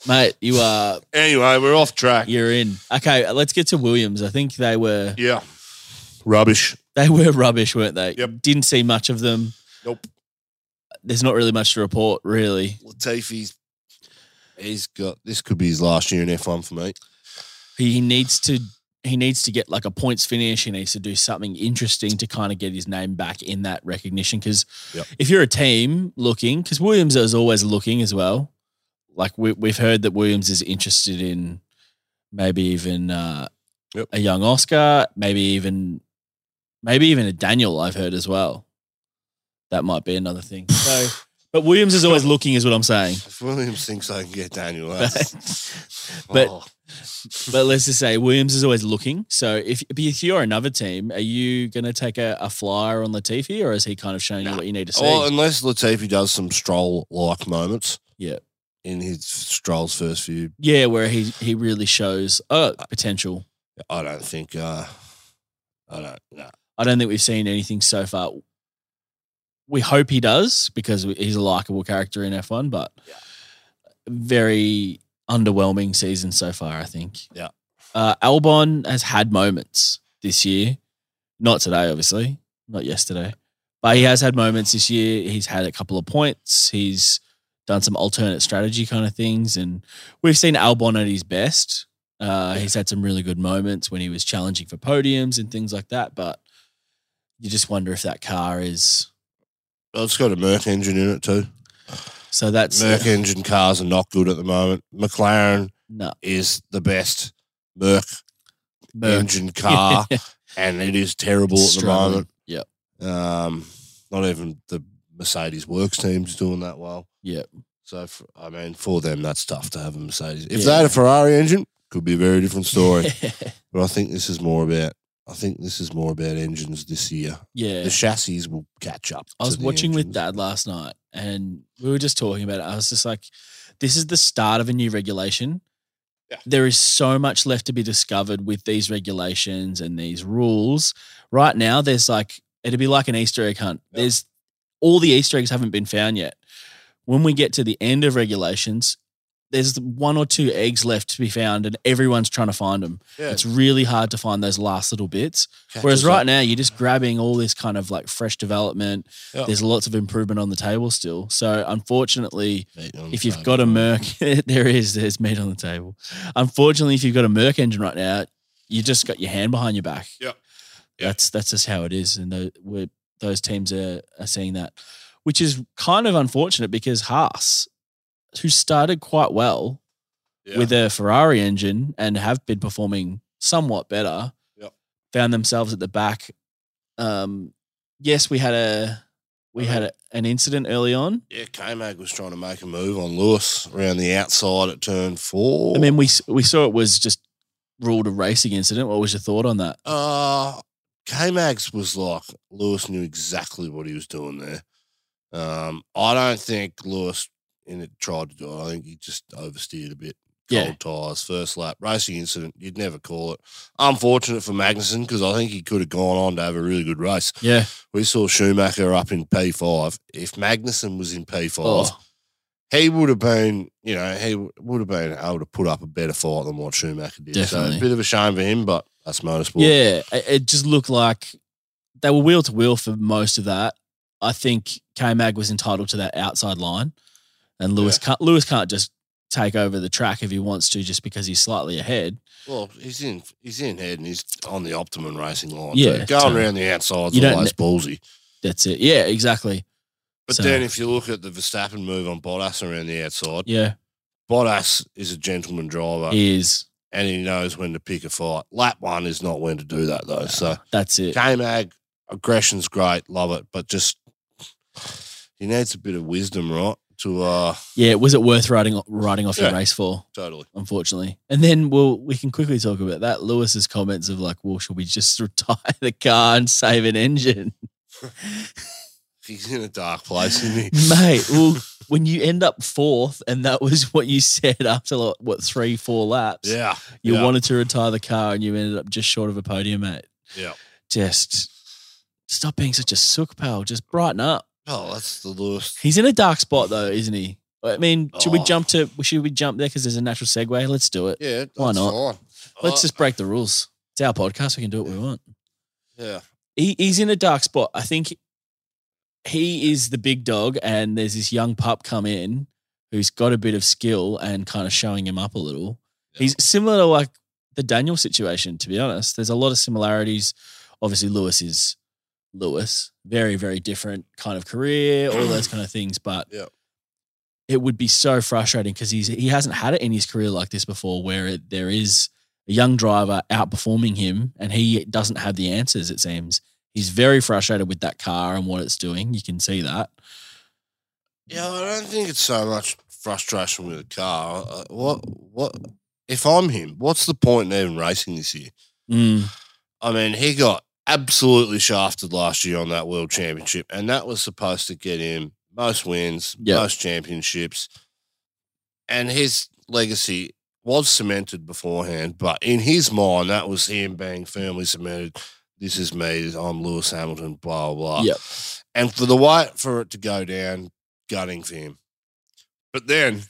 S1: mate, you are
S2: Anyway, we're off track. Yeah,
S1: you're in. Okay, let's get to Williams. I think they were
S2: rubbish.
S1: they were rubbish, weren't they?
S2: Yep.
S1: Didn't see much of them.
S2: Nope.
S1: There's not really much to report, really.
S2: Latifi's he's got this could be his last year in F one for me.
S1: he needs to he needs to get like a points finish. He needs to do something interesting to kind of get his name back in that recognition. Because
S2: Yep.
S1: if you're a team looking, because Williams is always looking as well. Like we, we've heard that Williams is interested in maybe even uh,
S2: Yep.
S1: a young Oscar, maybe even maybe even a Daniel. I've heard as well. That might be another thing. So, but Williams is always looking, is what I'm saying.
S2: If Williams thinks I can get Daniel, that's-
S1: But-
S2: Oh.
S1: But let's just say Williams is always looking. So if, but if you're another team, are you going to take a, a flyer on Latifi, or has he kind of shown you
S2: No.
S1: what you need to see?
S2: well, unless Latifi does some stroll like moments,
S1: Yeah.
S2: in his strolls first few,
S1: yeah, where he he really shows uh, potential.
S2: I don't think. uh I don't. No.
S1: I don't think we've seen anything so far. We hope he does because he's a likable character in F1, but
S2: Yeah.
S1: very underwhelming season so far. I think.
S2: Yeah.
S1: uh, Albon has had moments this year, not today, obviously, not yesterday, but he has had moments this year. He's had a couple of points. He's done some alternate strategy kind of things, and we've seen Albon at his best. Uh, he's had some really good moments when he was challenging for podiums and things like that, but you just wonder if that car is
S2: Well, it's got a Merc engine in it too.
S1: so that's
S2: Merc engine cars are not good at the moment. McLaren
S1: no
S2: is the best Merc
S1: Merc.
S2: engine car, and it is terrible at the
S1: Struggling.
S2: moment.
S1: Yep.
S2: Um, not even the Mercedes works team's doing that well.
S1: Yep.
S2: So for, I mean, for them, that's tough to have a Mercedes. If
S1: Yeah.
S2: they had a Ferrari engine, could be a very different story. but I think this is more about. I think this is more about engines this year.
S1: yeah.
S2: The chassis will catch up.
S1: I
S2: to
S1: was
S2: the
S1: watching with
S2: engines.
S1: dad last night and we were just talking about it. I was just like, this is the start of a new regulation.
S2: Yeah.
S1: There is so much left to be discovered with these regulations and these rules. Right now, there's like It'd be like an Easter egg hunt. There's all the Easter eggs haven't been found yet. When we get to the end of regulations, there's one or two eggs left to be found, and everyone's trying to find them.
S2: Yeah.
S1: It's really hard to find those last little bits. Whereas
S2: Catches
S1: right
S2: up.
S1: now, you're just grabbing all this kind of like fresh development.
S2: Yeah.
S1: There's lots of improvement on the table still. So unfortunately,
S2: Meat on
S1: if
S2: the
S1: you've
S2: bone.
S1: got a Merc, there is there's meat on the table. Unfortunately, if you've got a Merc engine right now, you just got your hand behind your back.
S2: Yep. Yeah.
S1: That's that's just how it is, and tho- we're, those teams are are seeing that, which is kind of unfortunate because Haas, who started quite well,
S2: Yeah.
S1: with a Ferrari engine and have been performing somewhat better,
S2: Yep.
S1: found themselves at the back. Um, yes, we had a we had a, an incident early on.
S2: yeah, K-Mag was trying to make a move on Lewis around the outside at turn four.
S1: I mean, we s- we saw it was just ruled a racing incident. What was your thought on that?
S2: Uh K Mags was like Lewis knew exactly what he was doing there. Um, I don't think Lewis in it tried to do it. I think he just oversteered a bit.
S1: Yeah.
S2: Cold tires, first lap, racing incident. You'd never call it. Unfortunate for Magnussen because I think he could have gone on to have a really good race.
S1: Yeah.
S2: We saw Schumacher up in P five. If Magnussen was in P five,
S1: Oh,
S2: he would have been, you know, he w- would have been able to put up a better fight than what Schumacher did. So
S1: Definitely.
S2: a bit of a shame for him, but that's motorsport.
S1: yeah. It, it just looked like they were wheel to wheel for most of that. I think K Mag was entitled to that outside line, and Lewis can't Lewis can't just take over the track if he wants to just because he's slightly ahead.
S2: Well, he's in he's in head and he's on the optimum racing line.
S1: Yeah,
S2: Yeah, going
S1: totally.
S2: around the outside's
S1: You don't
S2: always ballsy.
S1: That's it. Yeah, exactly.
S2: But
S1: So-
S2: then if you look at the Verstappen move on Bottas around the outside,
S1: Yeah,
S2: Bottas is a gentleman driver
S1: he is.
S2: and he knows when to pick a fight. Lap one is not when to do that though. So
S1: Uh, That's it.
S2: K Mag, aggression's great, love it, but just he needs a bit of wisdom, right? To uh
S1: Yeah, was it worth riding riding off your
S2: Yeah.
S1: race for?
S2: totally.
S1: Unfortunately, and then we'll we can quickly talk about that. Lewis's comments of like, "Well, should we just retire the car and save an engine,
S2: He's in a dark place, isn't he?
S1: mate?" Well, when you end up fourth, and that was what you said after like, what three, four laps,
S2: yeah.
S1: you
S2: yeah.
S1: wanted to retire the car, and you ended up just short of a podium, mate.
S2: Yeah.
S1: Just stop being such a sook, pal. Just brighten up.
S2: Oh, that's the Lewis.
S1: He's in a dark spot though, isn't he? I mean, should we
S2: Oh.
S1: jump to? Should we jump there because there's a natural segue? Let's do it.
S2: Yeah, that's
S1: Why not?
S2: fine.
S1: Let's
S2: Uh,
S1: just break the rules. It's our podcast. We can do what we want.
S2: yeah.
S1: He, he's in a dark spot. I think he is the big dog, and there's this young pup come in who's got a bit of skill and kind of showing him up a little.
S2: Yeah.
S1: He's similar to like the Daniel situation, to be honest. There's a lot of similarities. Obviously, Lewis is Lewis, very, very different kind of career, all those kind of things. But
S2: Yeah.
S1: it would be so frustrating because he's he hasn't had it in his career like this before, where it, there is a young driver outperforming him, and he doesn't have the answers. It seems he's very frustrated with that car and what it's doing. You can see that.
S2: Yeah, I don't think it's so much frustration with the car. Uh, What what if I'm him? What's the point in even racing this year?
S1: Mm,
S2: I mean, he got absolutely shafted last year on that world championship, and that was supposed to get him most wins,
S1: Yeah.
S2: most championships, and his legacy was cemented beforehand. But in his mind, that was him being firmly cemented. This is me. I'm Lewis Hamilton. Blah blah. blah.
S1: Yep.
S2: And for the white for it to go down, gutting for him. But then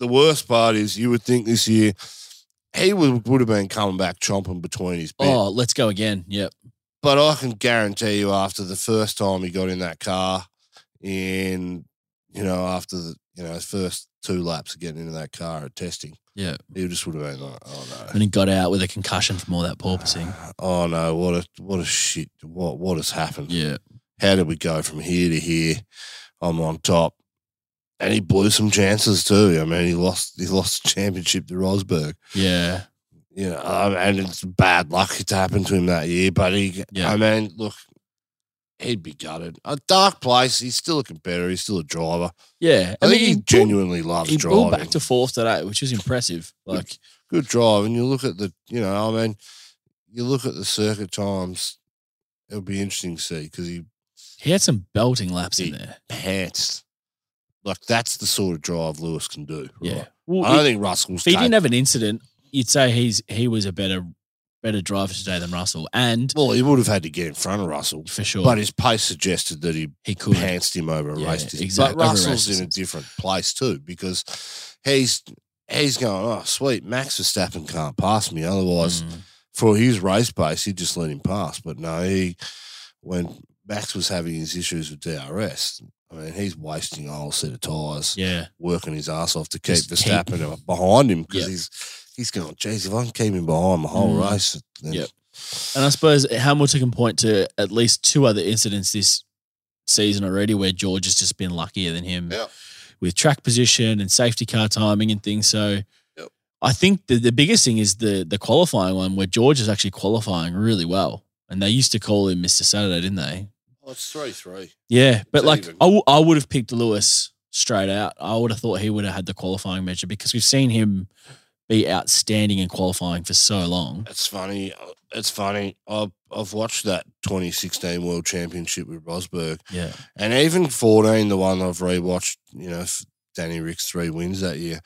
S2: the worst part is, you would think this year he would, would have been coming back chomping between his bits.
S1: oh, let's go again. Yep.
S2: But I can guarantee you, after the first time he got in that car, in you know, after the you know his first two laps of getting into that car at testing,
S1: Yeah.
S2: he just would have been like, "Oh no,
S1: And he got out with a concussion from all that porpoising.
S2: oh no, what a what a shit, what what has happened?
S1: Yeah.
S2: How did we go from here to here? I'm on top." And he blew some chances too. I mean, he lost. He lost the championship to Rosberg.
S1: Yeah.
S2: you know, um, and it's bad luck it happened to him that year. But he,
S1: Yeah.
S2: I mean, look, he'd be gutted. A dark place. He's still a competitor. He's still a driver.
S1: Yeah.
S2: I, think
S1: he
S2: he
S1: pulled-
S2: genuinely loves
S1: He
S2: driving.
S1: pulled back to fourth today, which is impressive. Like,
S2: Good drive, and you look at the, you know, I mean, you look at the circuit times. It'll be interesting to see because he
S1: he had some belting laps in
S2: He-
S1: there.
S2: pants. Like that's the sort of drive Lewis can do.
S1: Yeah.
S2: Right? I
S1: Well,
S2: don't
S1: if
S2: think Russell's.
S1: if he
S2: cap-
S1: didn't have an incident, you'd say he's he was a better better driver today than Russell, and
S2: Well, he would have had to get in front of Russell,
S1: for sure,
S2: but his pace suggested that he
S1: he could.
S2: pantsed him over a
S1: Yeah,
S2: race distance.
S1: exact-
S2: But
S1: over a
S2: Russell's
S1: race
S2: in a different place too because he's he's going, oh sweet, Max Verstappen can't pass me. Otherwise,
S1: Mm.
S2: for his race pace, he'd just let him pass. But no, he when Max was having his issues with DRS, I mean, he's wasting a whole set of tires,
S1: Yeah,
S2: working his ass off to keep
S1: Just keep-
S2: Verstappen behind him because
S1: Yeah.
S2: he's he's going, geez, if I can keep him behind the whole
S1: Mm.
S2: race, then
S1: Yep. and I suppose Hamilton can point to at least two other incidents this season already where George has just been luckier than him
S2: Yep.
S1: with track position and safety car timing and things. So.
S2: Yep.
S1: I think the, the biggest thing is the the qualifying one where George is actually qualifying really well. And they used to call him Mr. Saturday, didn't they?
S2: Oh, it's three three.
S1: Yeah, but
S2: It's
S1: like
S2: even.
S1: I, w- I would have picked Lewis straight out. I would have thought he would have had the qualifying measure because we've seen him be outstanding in qualifying for so long.
S2: It's funny. It's funny. I've, I've watched that 2016 World Championship with Rosberg,
S1: Yeah,
S2: and even 14, the one I've rewatched. You know, f- Danny Rick's three wins that year.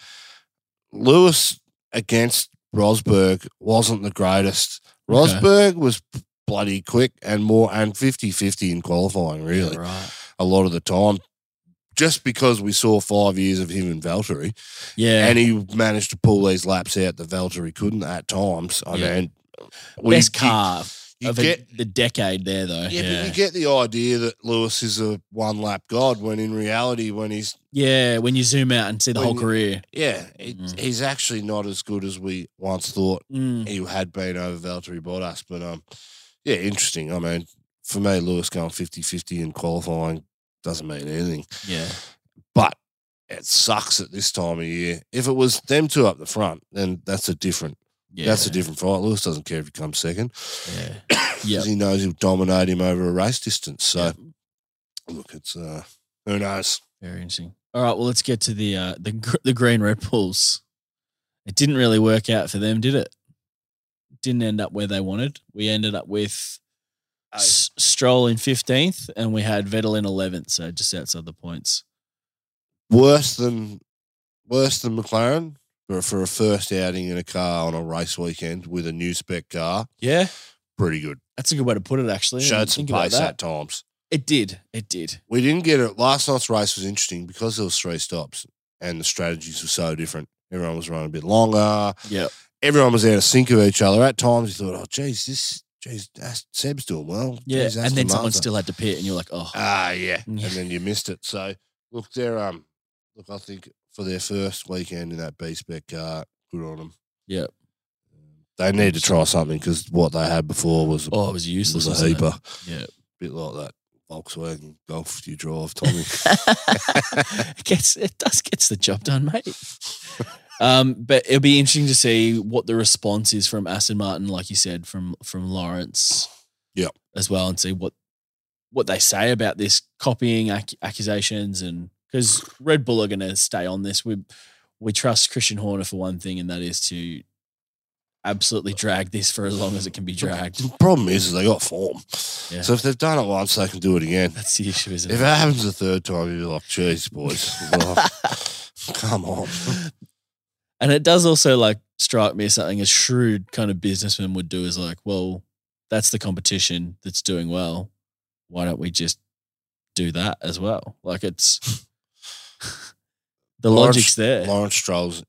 S2: Lewis against Rosberg wasn't the greatest.
S1: Okay.
S2: Rosberg was bloody quick and more and 50-50 in qualifying. Really,
S1: Yeah, right.
S2: a lot of the time. Just because we saw five years of him and Valtteri,
S1: Yeah,
S2: and he managed to pull these laps out that Valtteri couldn't at times. I
S1: Yeah.
S2: mean, we-
S1: best car
S2: You, you
S1: of
S2: get,
S1: a, the decade there though.
S2: yeah,
S1: Yeah,
S2: but you get the idea that Lewis is a one lap god when in reality, when he's
S1: yeah. When you zoom out and see the
S2: When
S1: whole
S2: you-
S1: career,
S2: yeah, he-
S1: Mm.
S2: he's actually not as good as we once thought
S1: Mm.
S2: he had been over Valtteri Bottas. But um, yeah, interesting. I mean, for me, Lewis going 50-50 in qualifying doesn't mean anything.
S1: yeah,
S2: But it sucks at this time of year. If it was them two up the front, then that's a different
S1: yeah,
S2: That's a different fight. Lewis doesn't care if he comes second.
S1: yeah.
S2: 'cause
S1: Yep.
S2: he knows he'll dominate him over a race distance. So
S1: Yep.
S2: look, it's uh, who knows.
S1: Very interesting. All right, well, let's get to the uh, the gr- the green Red Bulls. It didn't really work out for them, did it? Didn't end up where they wanted. We ended up with S- Stroll in fifteenth, and we had Vettel in eleventh, so just outside the points.
S2: Worse than worse than McLaren for, for a first outing in a car on a race weekend with a new spec car.
S1: Yeah,
S2: Pretty good.
S1: that's a good way to put it. Actually, I
S2: Showed
S1: didn't
S2: some
S1: think about
S2: pace
S1: that.
S2: at times.
S1: It did. It did.
S2: We didn't get it. Last night's race was interesting because there was three stops and the strategies were so different. Everyone was running a bit longer.
S1: Yep.
S2: Everyone was out of sync of each other. At times, you thought, "Oh, geez, this, geez, Ast- Seb's doing well."
S1: Yeah,
S2: Geez,
S1: and
S2: Aston
S1: then someone
S2: Martin's
S1: still had to pit, and you're like, oh,
S2: Ah, yeah. And
S1: Yeah.
S2: then you missed it. So look, they're um, look, I think for their first weekend in that B spec car, good on them.
S1: Yep.
S2: They need to try something because what they had before was
S1: oh, it was useless.
S2: was a
S1: wasn't it?
S2: heaper.
S1: Yeah.
S2: bit like that Volkswagen Golf you drive, Tommy.
S1: it gets it does gets the job done, mate. Um, but it'll be interesting to see what the response is from Aston Martin, like you said, from from Lawrence,
S2: Yep.
S1: as well, and see what what they say about this copying ac- accusations, and because Red Bull are going to stay on this. We we trust Christian Horner for one thing, and that is to absolutely drag this for as long as it can be dragged.
S2: the problem is, is they got form.
S1: Yeah.
S2: So if they've done it once, they can do it again.
S1: That's the issue, isn't
S2: If it
S1: it?
S2: happens the third time, you're like, "Jeez, boys, like, come on."
S1: And it does also like strike me as something a shrewd kind of businessman would do is like, well, that's the competition that's doing well. Why don't we just do that as well? Like it's the
S2: Lawrence-
S1: logic's there.
S2: Lawrence Stroll's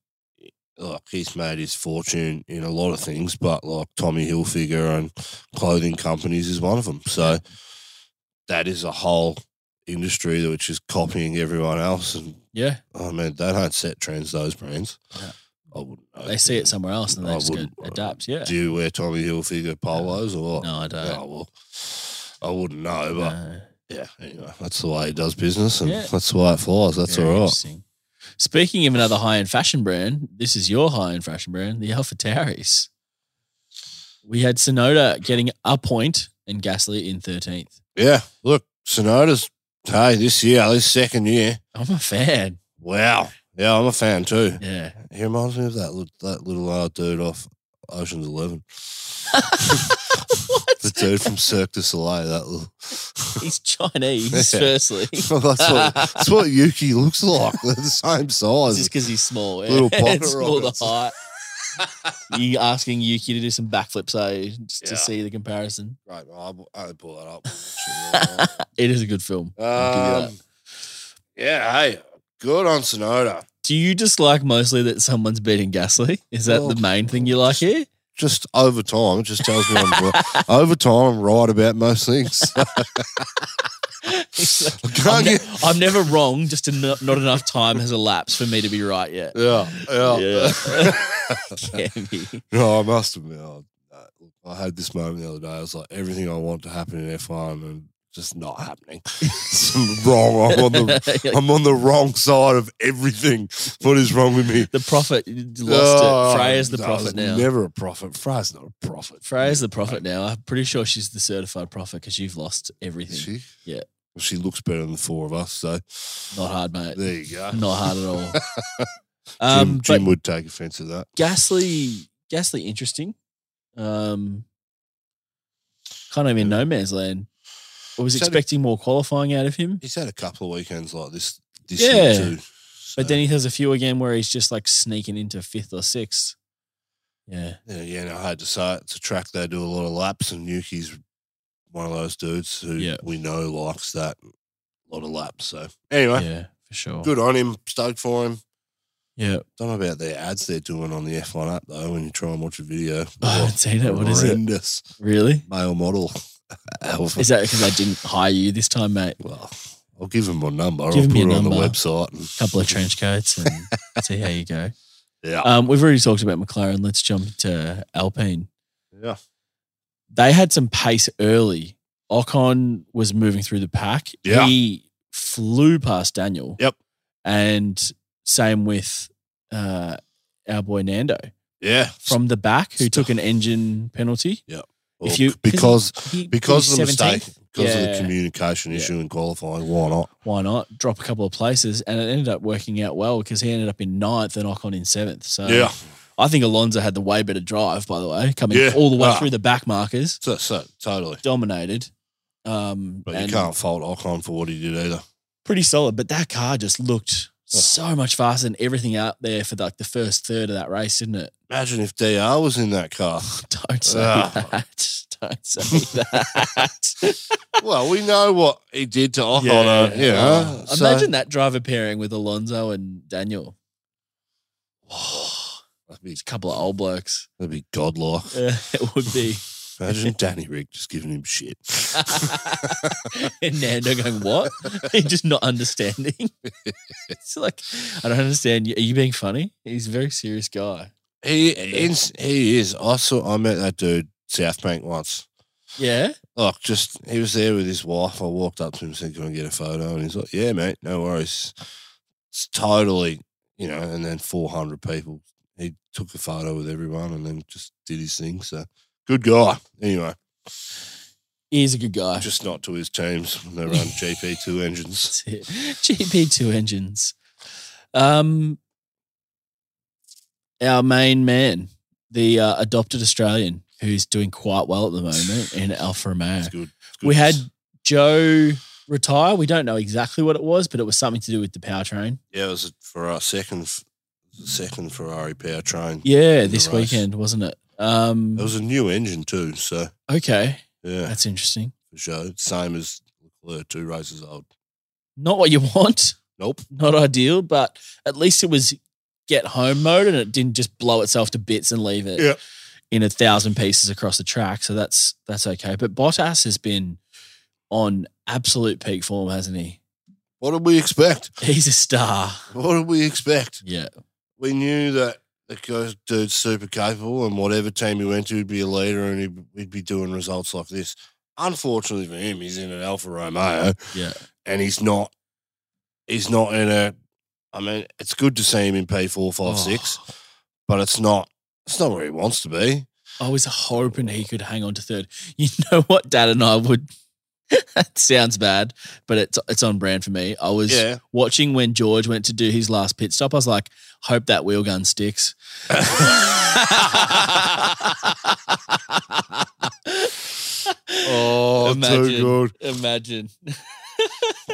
S2: like he's made his fortune in a lot of things, but like Tommy Hilfiger and clothing companies is one of them. So that is a whole industry which is copying everyone else. And
S1: Yeah.
S2: I mean, they don't set trends; those brands.
S1: Yeah.
S2: I wouldn't. know.
S1: They see it somewhere else and they
S2: I
S1: just go
S2: wouldn't-
S1: adapt. Yeah.
S2: Do you wear Tommy Hilfiger polos or?
S1: No, I
S2: Oh,
S1: don't.
S2: well, I wouldn't know, but
S1: No.
S2: yeah. Anyway, that's the way he does business, and
S1: Yeah.
S2: that's why it flies. That's
S1: Very
S2: all right.
S1: interesting. Speaking of another high end fashion brand, this is your high end fashion brand, the Alpha Tauris. We had Sonoda getting a point and Gasly in 13th.
S2: Yeah, look, Sonoda's hey this year, uh, this second year.
S1: I'm a fan.
S2: Wow. Yeah, I'm a fan too.
S1: Yeah.
S2: He reminds me of that lit- that little uh, dude off Ocean's Eleven, the dude from Cirque du Soleil. That little.
S1: He's Chinese,
S2: Yeah.
S1: firstly.
S2: that's, what, that's what Yuki looks like. They're the same size.
S1: Just because he's small. Yeah.
S2: Little pocket
S1: Small to
S2: rockets.
S1: height. you asking Yuki to do some backflips, eh? Just to
S2: Yeah.
S1: see the comparison.
S2: Right, I'll, I'll pull that up. We'll watch it right
S1: It is a good film.
S2: now.
S1: I'll give
S2: um, yeah, hey, good on Sonoda.
S1: Do you dislike mostly that someone's beating Gasly? Is that
S2: Well,
S1: the main thing you like here?
S2: Just over time, it just tells me I'm right. over time. I'm right about most things.
S1: It's like,
S2: I
S1: I'm,
S2: can't
S1: ne-
S2: get-
S1: I'm never wrong, just en- not enough time has elapsed for me to be right yet.
S2: yeah, yeah.
S1: Gammy.
S2: no, I must admit, I, I had this moment the other day. I was like, everything I want to happen in F1 and just not happening. It's wrong. I'm on the I'm on the wrong side of everything. What is wrong with me? Oh,
S1: the prophet lost it. Freya's the
S2: No,
S1: prophet now.
S2: Never a prophet. Freya's not a prophet.
S1: Freya's the prophet now. I'm pretty sure she's the certified prophet because you've lost everything.
S2: Is she?
S1: Yeah.
S2: Well, she looks better than the four of us, so
S1: Not hard, mate.
S2: there you go.
S1: Not hard at all.
S2: Jim,
S1: um,
S2: Jim
S1: but
S2: would take offense to that.
S1: Gasly, Gasly, interesting. Um, kind of in no man's land. I was
S2: So the-
S1: expecting more qualifying out of him,
S2: He's had a couple of weekends like this this
S1: Yeah.
S2: year too. So,
S1: but then he has a few again where he's just like sneaking into fifth or sixth. Yeah,
S2: yeah, yeah, no, hard to say. It's a track they do a lot of laps, and Yuki's one of those dudes who
S1: Yeah.
S2: we know likes that a lot of laps. So anyway,
S1: yeah, for sure.
S2: good on him. Stoked for him.
S1: Yeah,
S2: Don't know about the ads they're doing on the F1 app though. When you try and watch a video,
S1: I haven't seen it. What is it?
S2: Horrendous
S1: Really?
S2: male model. Alpha.
S1: Is that because I didn't hire you this time, mate?
S2: Well, I'll give him my number. I'll
S1: Give him
S2: put it
S1: your
S2: on the
S1: number.
S2: website. and-
S1: A couple of trench coats and see how you go.
S2: Yeah.
S1: Um, we've already talked about McLaren. Let's jump to Alpine.
S2: yeah.
S1: they had some pace early. Ocon was moving through the pack.
S2: Yeah.
S1: He flew past Daniel.
S2: Yep.
S1: And same with uh, our boy Nando
S2: Yeah.
S1: from the back, who took an engine penalty.
S2: Well,
S1: if you-
S2: because
S1: He
S2: because of the
S1: finished
S2: mistake,
S1: 17th.
S2: because of the
S1: Yeah.
S2: communication
S1: Yeah.
S2: issue in qualifying, why not?
S1: Why not drop a couple of places? And it ended up working out well because he ended up in ninth and Ocon in seventh. So
S2: yeah.
S1: I think Alonso had the way better drive, by the way, coming
S2: Yeah.
S1: all the way
S2: Ah.
S1: through the back markers,
S2: So, so totally.
S1: dominated. Um,
S2: But
S1: and-
S2: you can't fault Ocon for what he did either.
S1: pretty solid, but that car just looked
S2: Oh.
S1: so much faster than everything out there for like the first third of that race, didn't it?
S2: Imagine if DR was in that car.
S1: Don't say
S2: Ah.
S1: that. Don't say that.
S2: well, we know what he did to Ocon. uh, you know,
S1: Oh.
S2: so-
S1: Imagine that driver pairing with Alonso and Daniel. It's
S2: that'd be,
S1: a couple of old blokes.
S2: that'd be godlike.
S1: Uh, it would be.
S2: Imagine Danny Rick just giving him shit.
S1: and Nando going, What? He's just not understanding. it's like, I don't understand. Are you being funny? He's a very serious guy.
S2: He is, he is. I saw I met that dude South Bank once.
S1: Yeah.
S2: Look, just he was there with his wife. I walked up to him and said, Can I get a photo? And he's like, Yeah, mate, no worries. It's totally you know, and then four hundred people. He took a photo with everyone and then just did his thing. So good guy. Anyway,
S1: He's a good guy.
S2: just not to his teams when they run GP two engines.
S1: That's it. GP2 engines. Um, our main man, the uh, adopted Australian, who's doing quite well at the moment in Alfa Romeo.
S2: It's good. It's good.
S1: We had Joe retire. We don't know exactly what it was, but it was something to do with the powertrain.
S2: Yeah, it was for our second second Ferrari powertrain.
S1: Yeah,
S2: In the
S1: this
S2: race.
S1: weekend, wasn't it? Um,
S2: It was a new engine too, so
S1: okay,
S2: yeah.
S1: that's interesting.
S2: for sure. Same as Leclerc, two races old.
S1: Not what you want,
S2: Nope.
S1: not ideal, but at least it was get home mode and it didn't just blow itself to bits and leave it
S2: Yeah.
S1: in a thousand pieces across the track. So that's that's okay. But Bottas has been on absolute peak form, hasn't he?
S2: What did we expect?
S1: He's a star.
S2: What did we expect?
S1: Yeah.
S2: We knew that the guy- dude's super capable, and whatever team he went to, he'd be a leader, and he'd, he'd be doing results like this. Unfortunately for him, he's in an Alfa Romeo,
S1: Yeah.
S2: and he's not. He's not in a. I mean, it's good to see him in P four five six,
S1: Oh,
S2: but it's not. It's not where he wants to be.
S1: Oh, I was hoping he could hang on to third. You know what, Dad and I would that sounds bad, but it's it's on brand for me. I was
S2: Yeah,
S1: watching when George went to do his last pit stop, I was like, hope that wheel gun sticks.
S2: Oh,
S1: Imagine.
S2: too
S1: Imagine.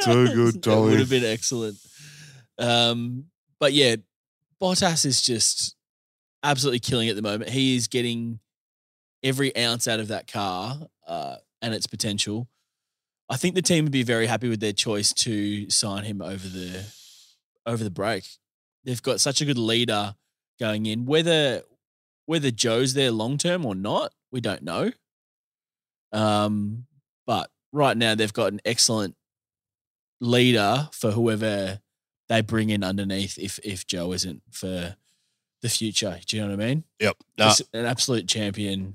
S2: Too good,
S1: It
S2: Dolly.
S1: would have been excellent. Um, but yeah, Bottas is just absolutely killing it at the moment. He is getting every ounce out of that car uh, and its potential. I think the team would be very happy with their choice to sign him over the over the break. They've got such a good leader going in. Whether whether Joe's there long term or not, we don't know. Um, but right now they've got an excellent leader for whoever they bring in underneath. If if Joe isn't for the future, do you know what I mean?
S2: Yep. Nah,
S1: Just an absolute champion,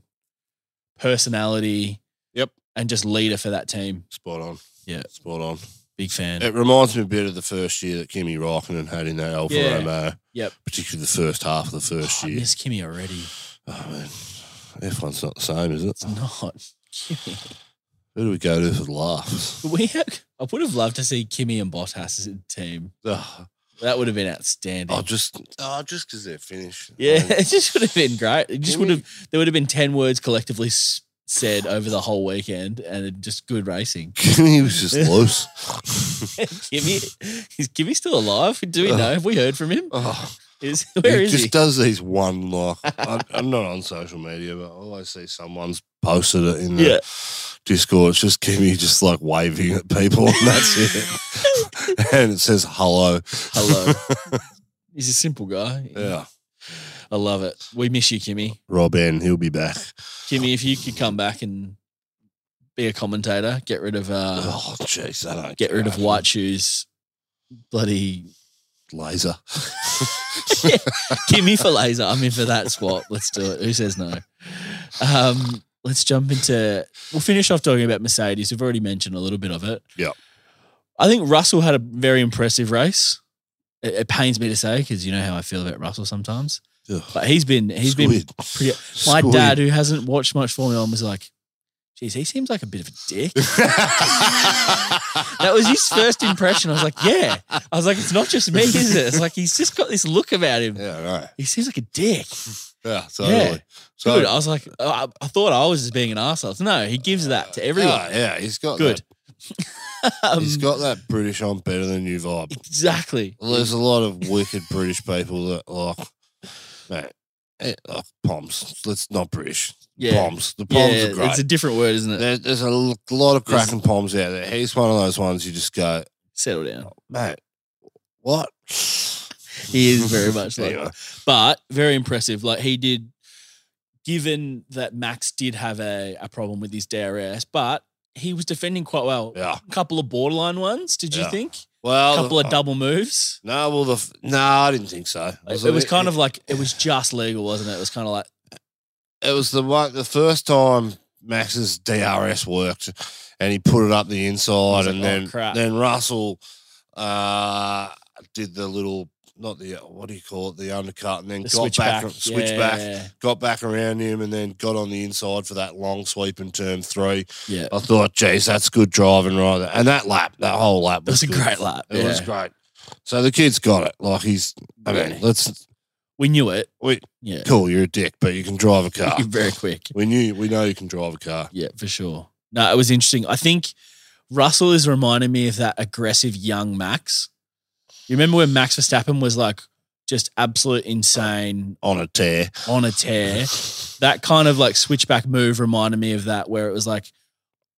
S1: personality.
S2: Yep.
S1: and just leader for that team.
S2: spot on.
S1: Yeah.
S2: Spot on.
S1: Big fan.
S2: It reminds me a bit of the first year that Kimi Raikkonen had in that Alfa
S1: Yeah.
S2: Romeo.
S1: Yep.
S2: Particularly the first half of the first
S1: Oh, I
S2: year.
S1: miss Kimmy already.
S2: Oh, man. F1's not the same, is it?
S1: It's not. Kimmy.
S2: Who do we go to for the laughs?
S1: We had- I would have loved to see Kimmy and Bottas as a team.
S2: Oh,
S1: That would have been outstanding.
S2: oh, just oh, just because they're finished.
S1: yeah,
S2: I mean,
S1: it just would have been great. It just
S2: Kimmy-
S1: would have. There would have been ten words collectively s- said over the whole weekend, and it- just good racing.
S2: Kimi was just loose.
S1: Kimmy, is Kimmy still alive? Do we know? Have we heard from him?
S2: oh,
S1: Is where
S2: he
S1: is
S2: just
S1: he?
S2: does these one like I, I'm not on social media, but I always see someone's posted it in the
S1: Yeah.
S2: Discord. It's just Kimmy just like waving at people, and that's it. and it says hello.
S1: Hello. He's a simple guy.
S2: Yeah,
S1: I love it. We miss you, Kimmy.
S2: Rob N. He'll be back.
S1: Kimmy, if you could come back and be a commentator, get rid of uh,
S2: oh, jeez, I don't
S1: get rid of
S2: care.
S1: white shoes. Bloody
S2: laser.
S1: Kimmy for laser. I'm in for that swap. Let's do it. Who says no? Um, let's jump into. We'll finish off talking about Mercedes. We've already mentioned a little bit of it.
S2: Yeah.
S1: I think Russell had a very impressive race. It, it pains me to say because you know how I feel about Russell sometimes, but he's been he's been pretty- My dad, who hasn't watched much Formula One, was like, geez, he seems like a bit of a dick. That was his first impression. I was like, yeah. I was like, it's not just me, is it? It's like he's just got this look about him.
S2: Yeah, right.
S1: He seems like a dick.
S2: Yeah, totally.
S1: Yeah.
S2: So,
S1: Good. I was like, oh, I, I thought I was just being an arsehole. No, he gives that to everyone.
S2: Yeah, yeah, he's got
S1: Good.
S2: That,
S1: Um,
S2: he's got that British on better than you vibe.
S1: exactly.
S2: Well, there's a lot of wicked British people that like, mate, eh, like Poms. Let's not British.
S1: Yeah.
S2: Poms. The
S1: Yeah,
S2: Poms are
S1: it's
S2: great.
S1: a different word, isn't it?
S2: there, there's a l- lot of cracking Poms out there. He's one of those ones you just go,
S1: Settle down.
S2: mate, what?
S1: He is very much like
S2: Anyway,
S1: but very impressive. Like he did, given that Max did have a, a problem with his DRS, but he was defending quite well.
S2: Yeah.
S1: A couple of borderline ones, did you
S2: Yeah. Oh, uh,
S1: think? A
S2: Well,
S1: couple
S2: the-
S1: of double moves.
S2: No, well, the f- no, I didn't think so.
S1: It, was kind
S2: of.
S1: of like it was just legal, wasn't it? It was kind of like
S2: it was the one the first time Max's DRS worked, and he put it up the
S1: He's
S2: inside, and
S1: like, "Oh,
S2: then
S1: crap."
S2: then Russell uh, did the little not the what do you call it the undercut, and then
S1: the
S2: got back
S1: switchback.
S2: switch back,
S1: Yeah.
S2: got back around him, and then got on the inside for that long sweep in turn three.
S1: Yeah.
S2: I thought, geez, that's good driving right there, and that lap, that whole lap
S1: It was a
S2: good.
S1: great lap.
S2: It was
S1: yeah.
S2: great. So the kid's got it. Like he's, I mean,
S1: Yeah.
S2: let's
S1: We knew it.
S2: we
S1: Yeah.
S2: cool. You're a dick, but you can drive a car.
S1: Very quick.
S2: We knew we know you can drive a car.
S1: Yeah, for sure. No, it was interesting. I think Russell is reminding me of that aggressive young Max. You remember when Max Verstappen was like just absolute insane
S2: on a tear.
S1: on a tear? That kind of like switchback move reminded me of that, where it was like,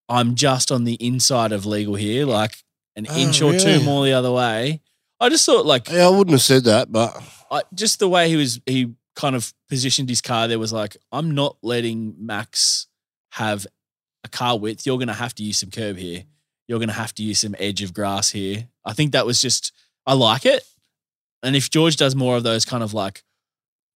S1: I'm just on the inside of legal here, like an
S2: Oh,
S1: inch or two
S2: really?
S1: more the other way. I just thought like
S2: Yeah, I wouldn't have said that, but
S1: I, just the way he was he kind of positioned his car there was like i'm not letting max have a car width you're going to have to use some curb here you're going to have to use some edge of grass here i think that was just i like it and if george does more of those kind of like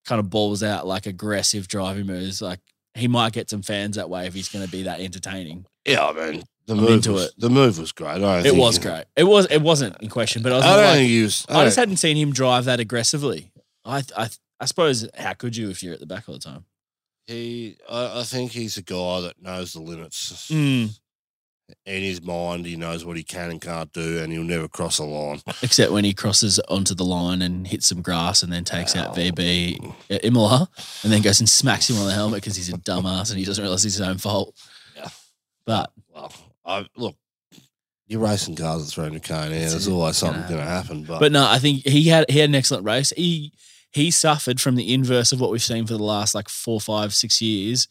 S1: kind of balls out like aggressive driving moves like he might get some fans that way if he's going to be that entertaining
S2: yeah, I mean the
S1: I'm
S2: move
S1: into
S2: was,
S1: it.
S2: The move was great. I don't
S1: it
S2: think
S1: was
S2: he-
S1: great it was it wasn't in question but i
S2: I,
S1: was more
S2: don't
S1: like,
S2: think he was.
S1: I just
S2: don't-
S1: hadn't seen him drive that aggressively. I, I, I suppose how could you if you're at the back all the time?
S2: he. I, I think he's a guy that knows the limits
S1: Mm.
S2: in his mind. He knows what he can and can't do, and he'll never cross a line.
S1: Except when he crosses onto the line and hits some grass and then takes out
S2: Ow.
S1: VB at Imola and then goes and smacks him on the helmet because he's a dumbass and he doesn't realize it's his own fault.
S2: Yeah.
S1: But
S2: Well, I look. You're racing cars that's around your cane. Yeah,
S1: It's-
S2: there's always something
S1: it's
S2: going
S1: gonna
S2: to happen. But,
S1: but no, I think he had he had an excellent race. He he suffered from the inverse of what we've seen for the last like four, five, six years,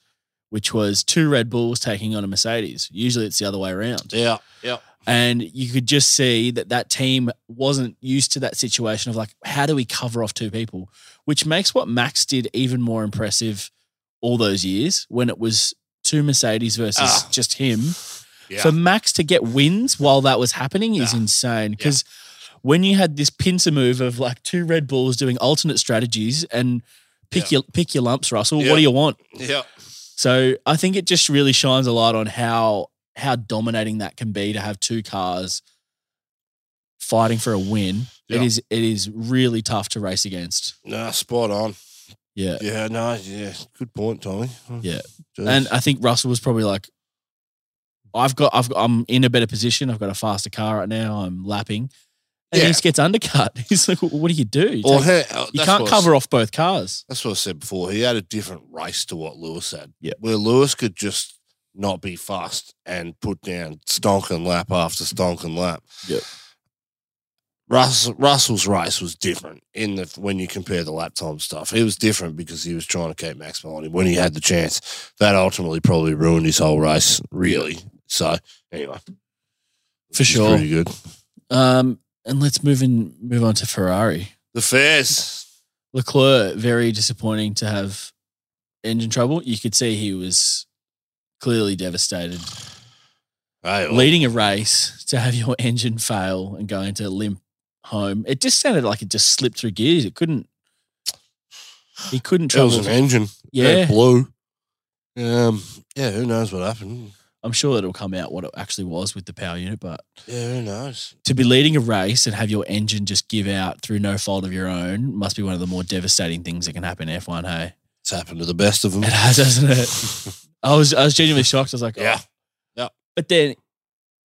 S1: which was two Red Bulls taking on a Mercedes. Usually it's the other way around.
S2: Yeah. Yeah.
S1: And you could just see that that team wasn't used to that situation of like, how do we cover off two people? Which makes what Max did even more impressive all those years when it was two Mercedes versus
S2: Ah.
S1: just him.
S2: Yeah. Ah.
S1: For Max to get wins while that was happening is
S2: Yeah.
S1: insane because when you had this pincer move of like two Red Bulls doing alternate strategies and pick your pick your lumps, Russell.
S2: Yeah.
S1: What do you want?
S2: yeah.
S1: So I think it just really shines a light on how how dominating that can be to have two cars fighting for a win. It
S2: Yeah.
S1: is it is really tough to race against.
S2: Nah, spot on.
S1: Yeah.
S2: Yeah, no, yeah. Good point, Tommy.
S1: Yeah.
S2: Jeez.
S1: And uh, I think Russell was probably like, I've got I've I'm in a better position. I've got a faster car right now. I'm lapping. And
S2: Yeah.
S1: he just gets undercut. He's like, what do you do? You,
S2: Well,
S1: take-
S2: hey, uh,
S1: you
S2: that's
S1: can't
S2: what I-
S1: cover off both cars.
S2: That's what I said before. He had a different race to what Lewis had.
S1: Yeah.
S2: Where Lewis could just not be fast and put down stonk and lap after stonk and lap.
S1: Yep.
S2: Russell, Russell's race was different in the when you compare the lap time stuff. It was different because he was trying to keep Max behind him when he had the chance. That ultimately probably ruined his whole race, really. So anyway,
S1: For
S2: it's
S1: sure.
S2: pretty good.
S1: Um, and let's move in move on to Ferrari.
S2: The fares,
S1: Leclerc, very disappointing to have engine trouble. You could see he was clearly devastated.
S2: Hey, well,
S1: Leading a race to have your engine fail and go into limp home. It just sounded like it just slipped through gears. It couldn't he couldn't
S2: it was
S1: travel.
S2: an engine.
S1: yeah.
S2: it blew. Um, yeah, who knows what happened?
S1: I'm sure it'll come out what it actually was with the power unit, but
S2: Yeah, who knows?
S1: to be leading a race and have your engine just give out through no fault of your own must be one of the more devastating things that can happen in F1, hey.
S2: It's happened to the best of them.
S1: It has, hasn't it? I was I was genuinely shocked. I was like, oh.
S2: Yeah.
S1: But then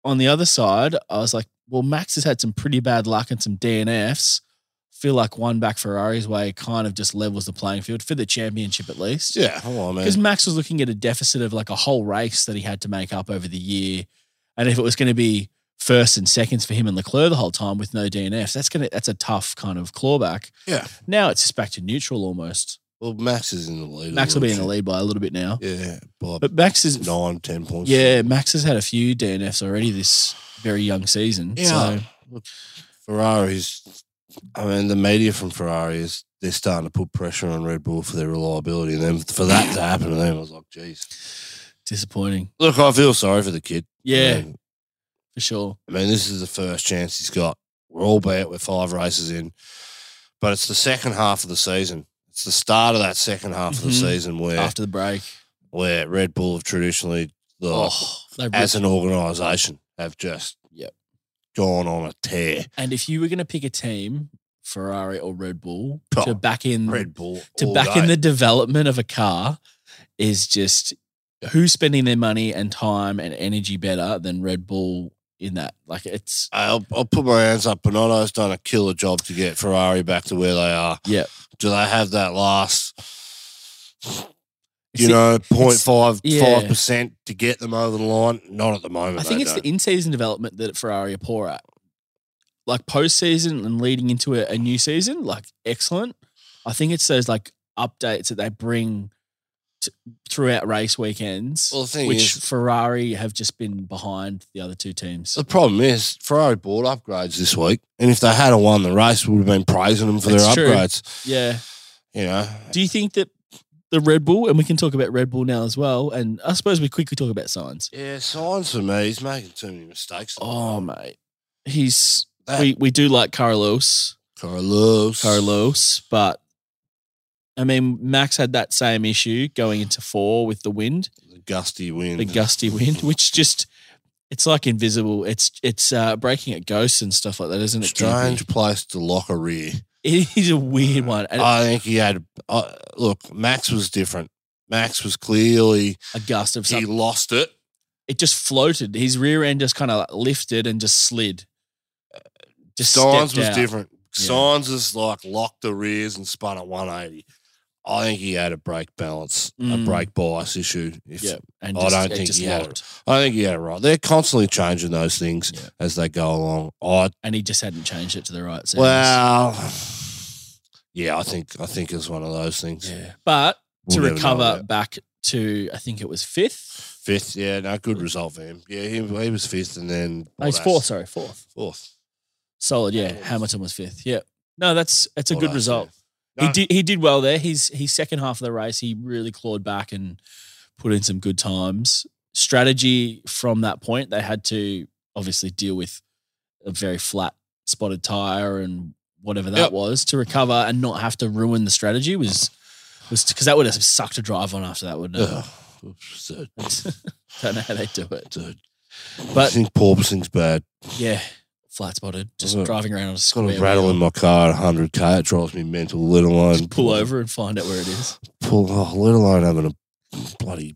S1: on the other side, I was like, well, Max has had some pretty bad luck and some DNFs. Feel like one back Ferrari's way kind of just levels the playing field for the championship at least.
S2: Yeah, well, I mean,
S1: Because Max was looking at a deficit of like a whole race that he had to make up over the year. And if it was going to be first and seconds for him and Leclerc the whole time with no DNFs, that's gonna that's a tough kind of clawback.
S2: Yeah.
S1: Now it's just back to neutral almost.
S2: well, Max is in the lead. a
S1: Max will
S2: little
S1: be in the
S2: bit.
S1: lead by a little bit now.
S2: Yeah, by
S1: But Max is
S2: nine, ten points.
S1: yeah, Max has had a few DNFs already this very young season.
S2: Yeah.
S1: So
S2: Ferrari's. I mean, the media from Ferrari is they're starting to put pressure on Red Bull for their reliability, and then for that to happen to them, I was like, "Geez,
S1: disappointing.
S2: look, I feel sorry for the kid."
S1: Yeah,
S2: I mean,
S1: for sure.
S2: I mean, this is the first chance he's got. We're all bet we're five races in, but it's the second half of the season. It's the start of that second half of the
S1: Mhm.
S2: season where
S1: After the break.
S2: where Red Bull have traditionally, like,
S1: Oh, they ripped-
S2: as an organisation, have just
S1: Yep.
S2: gone on a tear.
S1: and if you were going to pick a team, Ferrari or Red Bull,
S2: Oh,
S1: to back in
S2: Red Bull
S1: Mm. to
S2: all
S1: back in
S2: day.
S1: the development of a car is just who's spending their money and time and energy better than Red Bull in that. Like it's
S2: I'll, I'll put my hands up. Bonotto's done a killer job to get Ferrari back to where they are.
S1: Yep.
S2: Do they have that last,
S1: It's
S2: you
S1: the-
S2: know,
S1: it's-
S2: 0.5
S1: yeah.
S2: 5% to get them over the line? Not at the moment.
S1: I think
S2: they
S1: it's
S2: don't.
S1: the in season development that Ferrari are poor at. Like post season and leading into a, a new season, like excellent. I think it's those like updates that they bring t- throughout race weekends,
S2: Well, the thing
S1: which
S2: is-
S1: Ferrari have just been behind the other two teams.
S2: The problem is Ferrari bought upgrades this week, and if they had a won the race, we would have been praising them for
S1: That's
S2: their
S1: true.
S2: upgrades.
S1: Yeah.
S2: You know,
S1: Do you think that the Red Bull, and we can talk about Red Bull now as well, and I suppose we quickly talk about signs.
S2: yeah, signs for me. He's making too many mistakes.
S1: Oh, mate. He's,
S2: That-
S1: we, we do like Carlos.
S2: Carlos,
S1: Carlos, but I mean, Max had that same issue going into four with the wind,
S2: the gusty wind,
S1: the gusty wind, which just it's like invisible. It's it's uh, breaking at ghosts and stuff like that, isn't it?
S2: strange
S1: Gampy?
S2: place to lock a rear.
S1: It is a weird one. And
S2: I think he had. Uh, look, Max was different. Max was clearly
S1: a gust of
S2: he
S1: something.
S2: lost it.
S1: It just floated. His rear end just kind of lifted and just slid. Just
S2: Signs
S1: stepped
S2: was
S1: out.
S2: different.
S1: Yeah.
S2: Signs is like locked the rears and spun at 180. I think he had a brake balance, a
S1: Mm.
S2: brake bias issue. If
S1: Yeah, and
S2: I
S1: just,
S2: don't
S1: it
S2: think
S1: just
S2: he had it.
S1: locked.
S2: I think yeah, right. They're constantly changing those things
S1: Yeah.
S2: as they go along. I
S1: and he just hadn't changed it to the right. settings.
S2: well, Yeah, I think I think it's one of those things.
S1: Yeah. But to
S2: We'll never know
S1: recover
S2: about it.
S1: back to, I think it was fifth.
S2: fifth, yeah, no, good result for him. Yeah, he, he was fifth, and then
S1: No, Oh, he's
S2: Bottas-
S1: fourth. Sorry, fourth.
S2: Fourth,
S1: Solid. Yeah.
S2: Hamilton was-
S1: Hamilton was fifth. Yeah. No, that's that's a
S2: Bottas,
S1: good
S2: yeah.
S1: result.
S2: No,
S1: He did he did well there. He's he's second half of the race. He really clawed back and put in some good times. Strategy from that point, they had to obviously deal with a very flat spotted tire and whatever that
S2: Yep.
S1: was to recover and not have to ruin the strategy was was because that would have sucked to drive on after that, wouldn't it?
S2: Ugh, oops, third,
S1: Don't know how they do it.
S2: third. I
S1: But-
S2: think porpoising's bad.
S1: Yeah, flat spotted, just
S2: Ugh.
S1: driving around on a
S2: It's
S1: square
S2: got a rattle
S1: wheel.
S2: in my car at 100k. It drives me mental. Let alone
S1: Just pull over and find out where it is.
S2: Pull. Oh, let alone having a bloody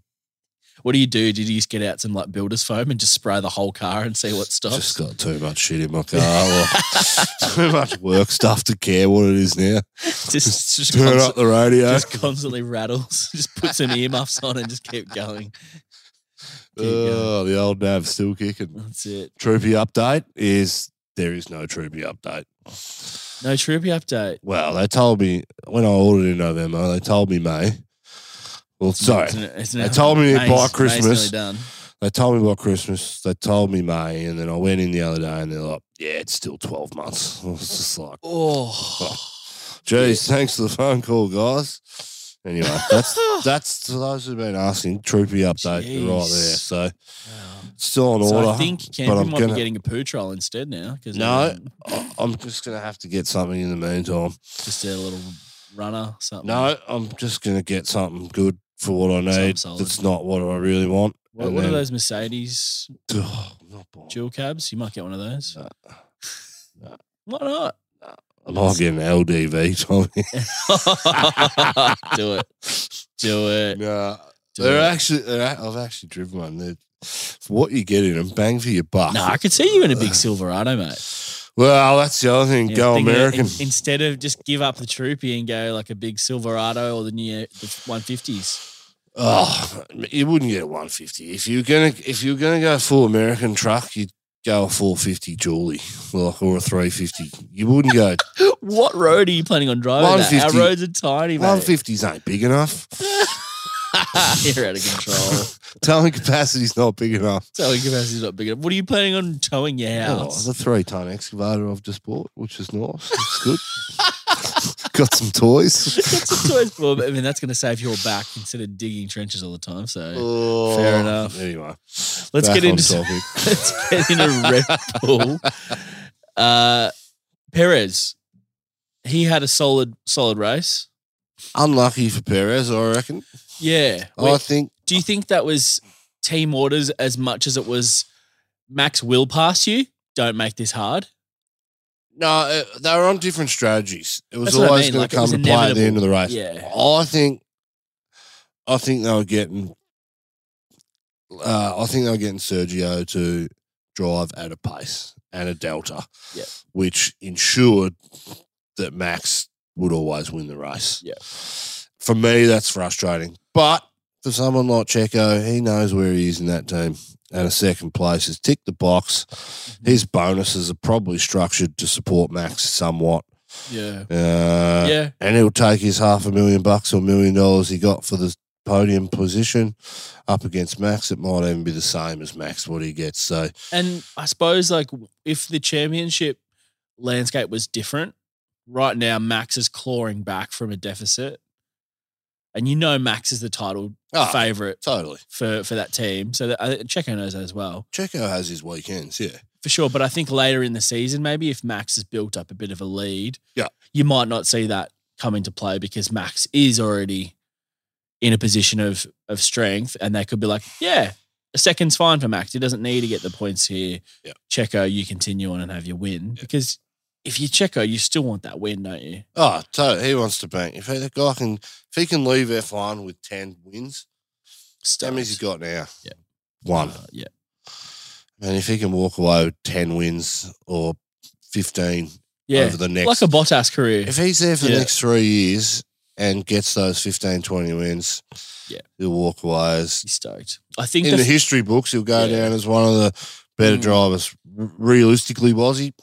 S1: What do you do? Did you just get out some like builder's foam and just spray the whole car and see what stops?
S2: Just got too much shit in my car. or too much work stuff to care what it is now.
S1: just, just,
S2: Turn
S1: const-
S2: up the radio.
S1: just constantly rattles. Just put some earmuffs on and just keep going. keep going.
S2: oh, the old nav still kicking.
S1: That's it.
S2: Troopy update is there is no Troopy update.
S1: No Troopy update.
S2: Well, they told me when I ordered in November, they told me May. Well, sorry,
S1: It's an- it's
S2: They told me by Christmas.
S1: May's nearly done.
S2: they told me about Christmas. They told me May, and then I went in the other day, and they're like, "Yeah, it's still twelve months." I was just like,
S1: Oh.
S2: "Geez, thanks for the phone call, guys." Anyway, that's that's to those who've been asking. Troopy update right there.
S1: Jeez.
S2: So
S1: Um,
S2: still on
S1: so
S2: order.
S1: I think
S2: I'm
S1: Campbell might
S2: gonna-
S1: be getting a poo trial instead now um, because
S2: No. I- I'm just gonna have to get something in the meantime.
S1: just a little runner something.
S2: No, I'm just gonna get something good for what I
S1: Something
S2: need.
S1: solid.
S2: That's not what I really want.
S1: What,
S2: And
S1: what are
S2: then-
S1: those Mercedes
S2: Oh, I'm not buying-
S1: dual cabs? You might get one of those.
S2: No. No.
S1: Why not?
S2: I might get an LDV, Tommy.
S1: Do it. Do it.
S2: no,
S1: Do
S2: they're
S1: it.
S2: actually. They're, act- I've actually driven one. They're, for what you get in them, bang for your buck.
S1: No, I could see you in a big Silverado, mate.
S2: Well, that's the other thing.
S1: Yeah,
S2: go
S1: think of it.
S2: American.
S1: In- instead of just give up the troopy and go like a big Silverado or the new the 150s.
S2: Oh, you wouldn't get a 150 if you're gonna if you're gonna go full American truck. You'd go a 450 Julie, like or a 350. You wouldn't go
S1: What road are you planning on driving? that? Our
S2: 150.
S1: roads are tiny, mate.
S2: 150s ain't big enough.
S1: You're out of control.
S2: Towing capacity's not big enough.
S1: Towing capacity's not big enough. What are you planning on towing your
S2: Oh,
S1: house?
S2: the three ton excavator I've just bought, which is nice. It's good. Got some toys.
S1: That's a choice for. I mean, that's going to save your back instead of digging trenches all the time. So
S2: Oh,
S1: Fair enough.
S2: Anyway,
S1: let's
S2: back
S1: get
S2: on
S1: into
S2: topic.
S1: let's get into Red Bull. Uh, Perez, he had a solid solid race.
S2: Unlucky for Perez, I reckon.
S1: Yeah.
S2: Oh, I
S1: Wait,
S2: think
S1: do you think that was team orders as much as it was Max will pass you? Don't make this hard.
S2: no, uh, they were on different strategies. It was
S1: That's what I
S2: always
S1: mean,
S2: going
S1: like, it
S2: to come
S1: was
S2: to play at the
S1: inevitable.
S2: end of the race.
S1: Yeah.
S2: Oh, I think, I think they were getting, uh, I think they were getting Sergio to drive at a pace and a delta,
S1: Yep.
S2: which ensured that Max would always win the race.
S1: Yep.
S2: For me, that's frustrating, but for someone like Checo, he knows where he is in that team. And a second place is tick the box. His bonuses are probably structured to support Max somewhat.
S1: Yeah.
S2: Uh,
S1: yeah.
S2: and he'll take his half a million bucks or million dollars he got for the podium position up against Max. It might even be the same as Max what he gets. So
S1: And I suppose like if the championship landscape was different, right now Max is clawing back from a deficit. And you know Max is the title
S2: Ah.
S1: favorite
S2: totally,
S1: for for that team. So that, I think Checo knows that as well.
S2: Checo has his weekends. Yeah,
S1: for sure. But I think later in the season, maybe if Max has built up a bit of a lead,
S2: Yeah.
S1: you might not see that come into play because Max is already in a position of of strength, and they could be like, yeah, a second's fine for Max. He doesn't need to get the points here.
S2: Yeah.
S1: Checo, you continue on and have your win because if you Checo, you still want that win, don't you?
S2: oh, totally. He wants to bank. If that guy can, if he can leave F one with ten wins, how many he's got now?
S1: Yeah.
S2: one.
S1: Uh, yeah,
S2: And if he can walk away with ten wins or fifteen
S1: yeah,
S2: over the next,
S1: like a Bottas career.
S2: if he's there for
S1: Yeah.
S2: the next three years and gets those 15, 20 wins,
S1: Yeah.
S2: he'll walk away as
S1: He's stoked. I think
S2: in the
S1: the
S2: history books, he'll go
S1: Yeah.
S2: down as one of the better
S1: Mm.
S2: drivers. R- Realistically, was he?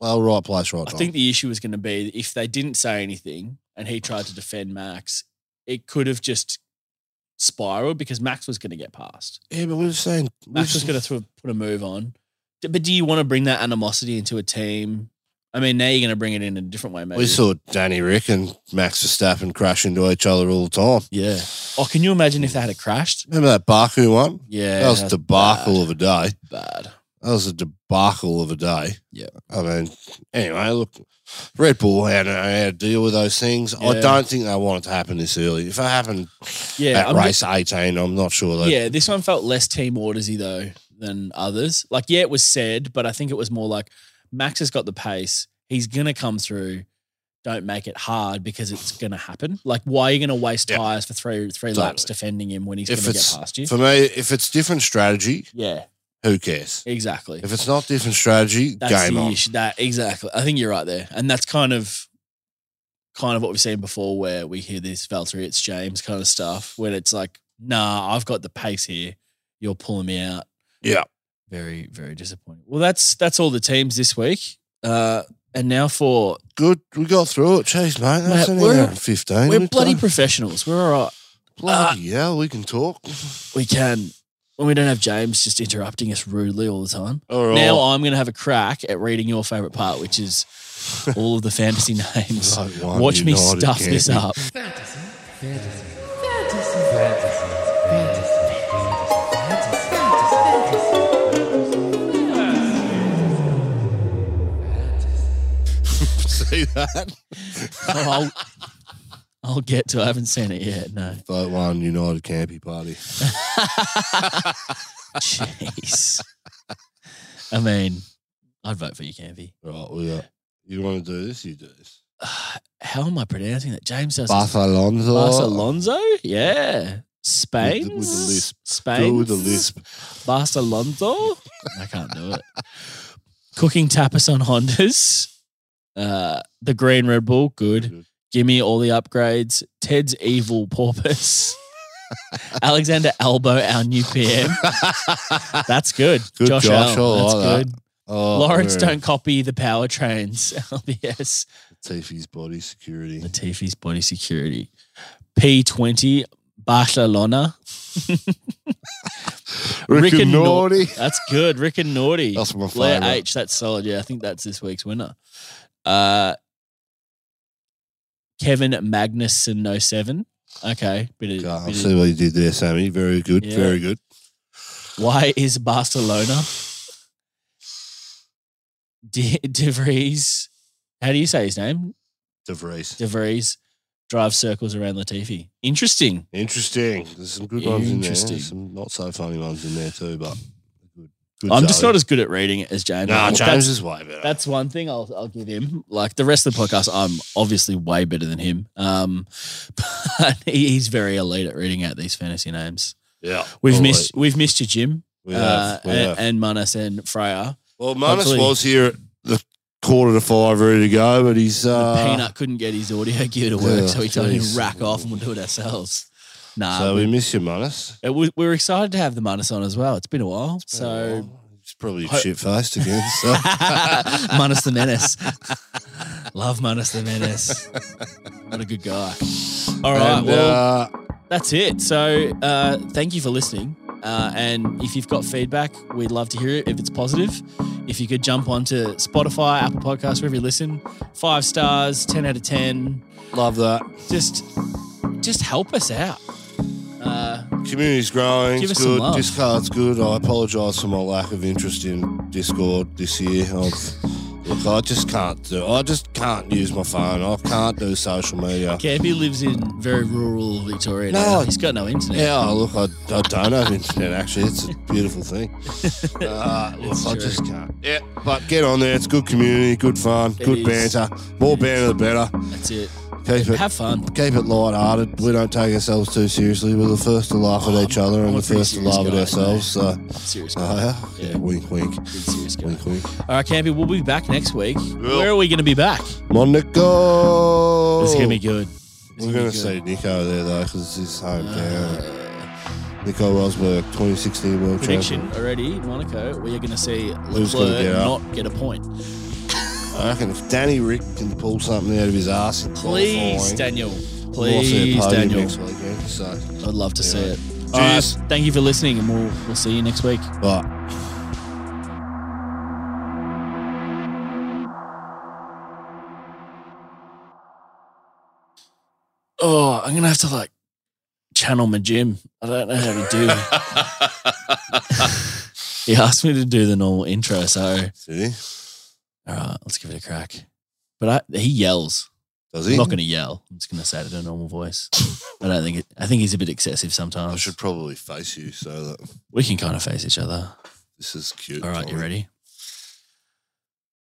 S2: Well, right place, right
S1: I
S2: time.
S1: think the issue was going to be if they didn't say anything and he tried to defend Max, it could have just spiraled because Max was going to get past.
S2: yeah, but we were saying we
S1: Max was
S2: just-
S1: going to throw, put a move on. D- But do you want to bring that animosity into a team? I mean, now you're going to bring it in a different way, maybe.
S2: We saw Danny Rick and Max Verstappen crash into each other all the time.
S1: yeah. Oh, can you imagine if they had it crashed?
S2: Remember that Baku one?
S1: Yeah.
S2: That was a
S1: that's
S2: debacle of a day.
S1: Bad. bad.
S2: That was a debacle of a day.
S1: Yeah.
S2: I mean, anyway, look, Red Bull had to, had to deal with those things. I
S1: Yeah.
S2: don't think they want it to happen this early. If it happened
S1: Yeah.
S2: at
S1: I'm
S2: race 18, I'm not sure. That,
S1: yeah, this one felt less team ordersy though than others. Like, yeah, it was said, but I think it was more like Max has got the pace. He's gonna come through. Don't make it hard because it's gonna happen. Like, why are you gonna waste
S2: Yeah.
S1: tires for three three
S2: Totally.
S1: laps defending him when he's
S2: If
S1: gonna get
S2: it's-
S1: past you?
S2: For me, if it's different strategy,
S1: yeah,
S2: who cares?
S1: exactly.
S2: If it's not different strategy,
S1: That's
S2: game
S1: the
S2: on.
S1: issue. That exactly. I think you're right there, and that's kind of kind of what we've seen before, where we hear this Valtteri, it's James kind of stuff, when it's like, nah, I've got the pace here. You're pulling me out.
S2: Yeah.
S1: very very disappointing. Well, that's that's all the teams this week. Uh, and now for
S2: Good. We got through it. Jeez, mate.
S1: Mate,
S2: That's only uh,
S1: we're-
S2: an hour and 15.
S1: we're
S2: We've
S1: bloody Ah.
S2: done-
S1: professionals. We're all right.
S2: bloody hell, we can talk.
S1: We can when we don't have James just interrupting us rudely all the time.
S2: All right.
S1: Now I'm going to have a crack at reading your favorite part, which is all of the fantasy names.
S2: Like one
S1: Watch me
S2: United
S1: stuff this
S2: game.
S1: up.
S3: Fantasy. Fantasy. Fantasy. Fantasy. Fantasy. Fantasy.
S2: See that?
S1: Oh, I'll, I'll get to. it. I haven't seen it yet. No.
S2: Vote one United Campy Party.
S1: Jeez. I mean, I'd vote for you, Canvey.
S2: Right, we got. You want to do this? You do this.
S1: How am I pronouncing that? James does.
S2: Bath Alonso.
S1: Barca Alonso? Yeah. Spain?
S2: With the- with the lisp.
S1: Spain?
S2: Do with a lisp.
S1: Barca Alonso? I can't do it. Cooking tapas on Hondas. Uh, the green Red Bull, good.
S2: Good.
S1: Give me all the upgrades. Ted's evil porpoise. Alexander Albo, our new PM. That's good.
S2: Good Josh, I
S1: That's
S2: like
S1: good.
S2: Oh,
S1: Lawrence,
S2: we're-
S1: don't copy the powertrains. LBS.
S2: Latifi's body security.
S1: Latifi's body security. P20 Barcelona. Rick and Nor- That's good. Rick and Naughty.
S2: That's my
S1: Blair
S2: favourite.
S1: H. That's solid. Yeah, I think that's this week's winner. Uh, Kevin Magnuson 07. Okay. Bit
S2: God,
S1: of,
S2: I
S1: bit
S2: see
S1: of,
S2: what you did there, Sammy. Very good.
S1: Yeah.
S2: Very good.
S1: why is Barcelona? De, De Vries. How do you say his name?
S2: De Vries.
S1: De Vries drive circles around Latifi. Interesting.
S2: Interesting. There's some good ones in there.
S1: Interesting.
S2: Some not so funny ones in there too, but good. good
S1: I'm just
S2: Zoe.
S1: not as good at reading it as James.
S2: Nah,
S1: That's-
S2: James is way better.
S1: That's one thing I'll I'll give him. Like the rest of the podcast, I'm obviously way better than him. Um, but he- he's very elite at reading out these fantasy names.
S2: yeah.
S1: We've
S2: All
S1: missed we've missed your Jim
S2: right. We
S1: uh,
S2: have. We
S1: and,
S2: have.
S1: and Manas and Freya.
S2: Well, Manus
S1: Hopefully-
S2: was here at the quarter to five, ready to go, but he's uh,
S1: Peanut couldn't get his audio gear to work,
S2: yeah,
S1: so he told him
S2: jeez.
S1: rack off and we'll do it ourselves. Nah,
S2: So
S1: we,
S2: we miss you, Manus.
S1: it- we- we're excited to have the Manas on as well. It's been a while, so
S2: he's probably
S1: Ho-
S2: shit faced again. So.
S1: Manus the Menace. Love Manus the Menace. What a good guy. All right,
S2: And,
S1: well.
S2: uh,
S1: That's it. So uh, thank you for listening. Uh, and if you've got feedback, we'd love to hear it if it's positive. If you could jump onto Spotify, Apple Podcasts, wherever you listen, five stars, 10 out of 10.
S2: love that.
S1: Just just help us out. Uh,
S2: Community's growing.
S1: Give
S2: it's
S1: us some
S2: good.
S1: love.
S2: Discard's good. I apologise for my lack of interest in Discord this year. I've, look, I just can't do. I just can't use my phone. I can't do social media.
S1: Campy lives in very rural Victoria.
S2: No.
S1: now. He's got no internet.
S2: Yeah, oh, look, I, I don't have internet actually. It's a beautiful thing. Uh, look,
S1: It's
S2: I
S1: true.
S2: just can't. Yeah, but get on there. It's good community, good fun, good
S1: is.
S2: banter. More banter, the better.
S1: That's it.
S2: Keep it,
S1: Have fun.
S2: keep it light-hearted. We don't take ourselves too seriously. We're the first to laugh at each other
S1: I'm
S2: and
S1: a
S2: the
S1: pretty
S2: first to
S1: serious
S2: laugh at
S1: guy,
S2: ourselves. So,
S1: I'm serious. guy.
S2: uh,
S1: Yeah.
S2: yeah, wink, wink,
S1: Big serious guy.
S2: wink, wink.
S1: All right, Campy, we'll be back next week.
S2: Will.
S1: Where are we going to be back?
S2: Monaco.
S1: It's going to be good. It's
S2: We're
S1: gonna
S2: going
S1: be
S2: to
S1: good.
S2: see Nico there though, because it's his hometown. Nico Rosberg, 2016 World
S1: Uh. prediction
S2: Champion.
S1: already, Monaco, we are going to see
S2: Who's gonna
S1: Leclerc
S2: get up?
S1: not get a point.
S2: I reckon if Danny Rick can pull something out of his ass, in
S1: Please,
S2: qualifying,
S1: Daniel.
S2: we'll have a
S1: Please,
S2: party
S1: Daniel.
S2: Next weekend, so.
S1: I'd love to see
S2: Anyway.
S1: it. All right,
S2: Cheers.
S1: thank you for listening, and we'll we'll see you next week.
S2: But
S1: Oh, I'm gonna have to like channel my gym. I don't know how to do. it. he asked me to do the normal intro, so
S2: See?
S1: all right, let's give it a crack. But I, he yells.
S2: Does
S1: I'm
S2: he?
S1: not going to yell. I'm just going to say it in a normal voice. I don't think it. I think he's a bit excessive
S2: I
S1: sometimes.
S2: should probably face you so that
S1: We can kind of face each other.
S2: this is cute.
S1: All right, you
S2: Tommy.
S1: ready?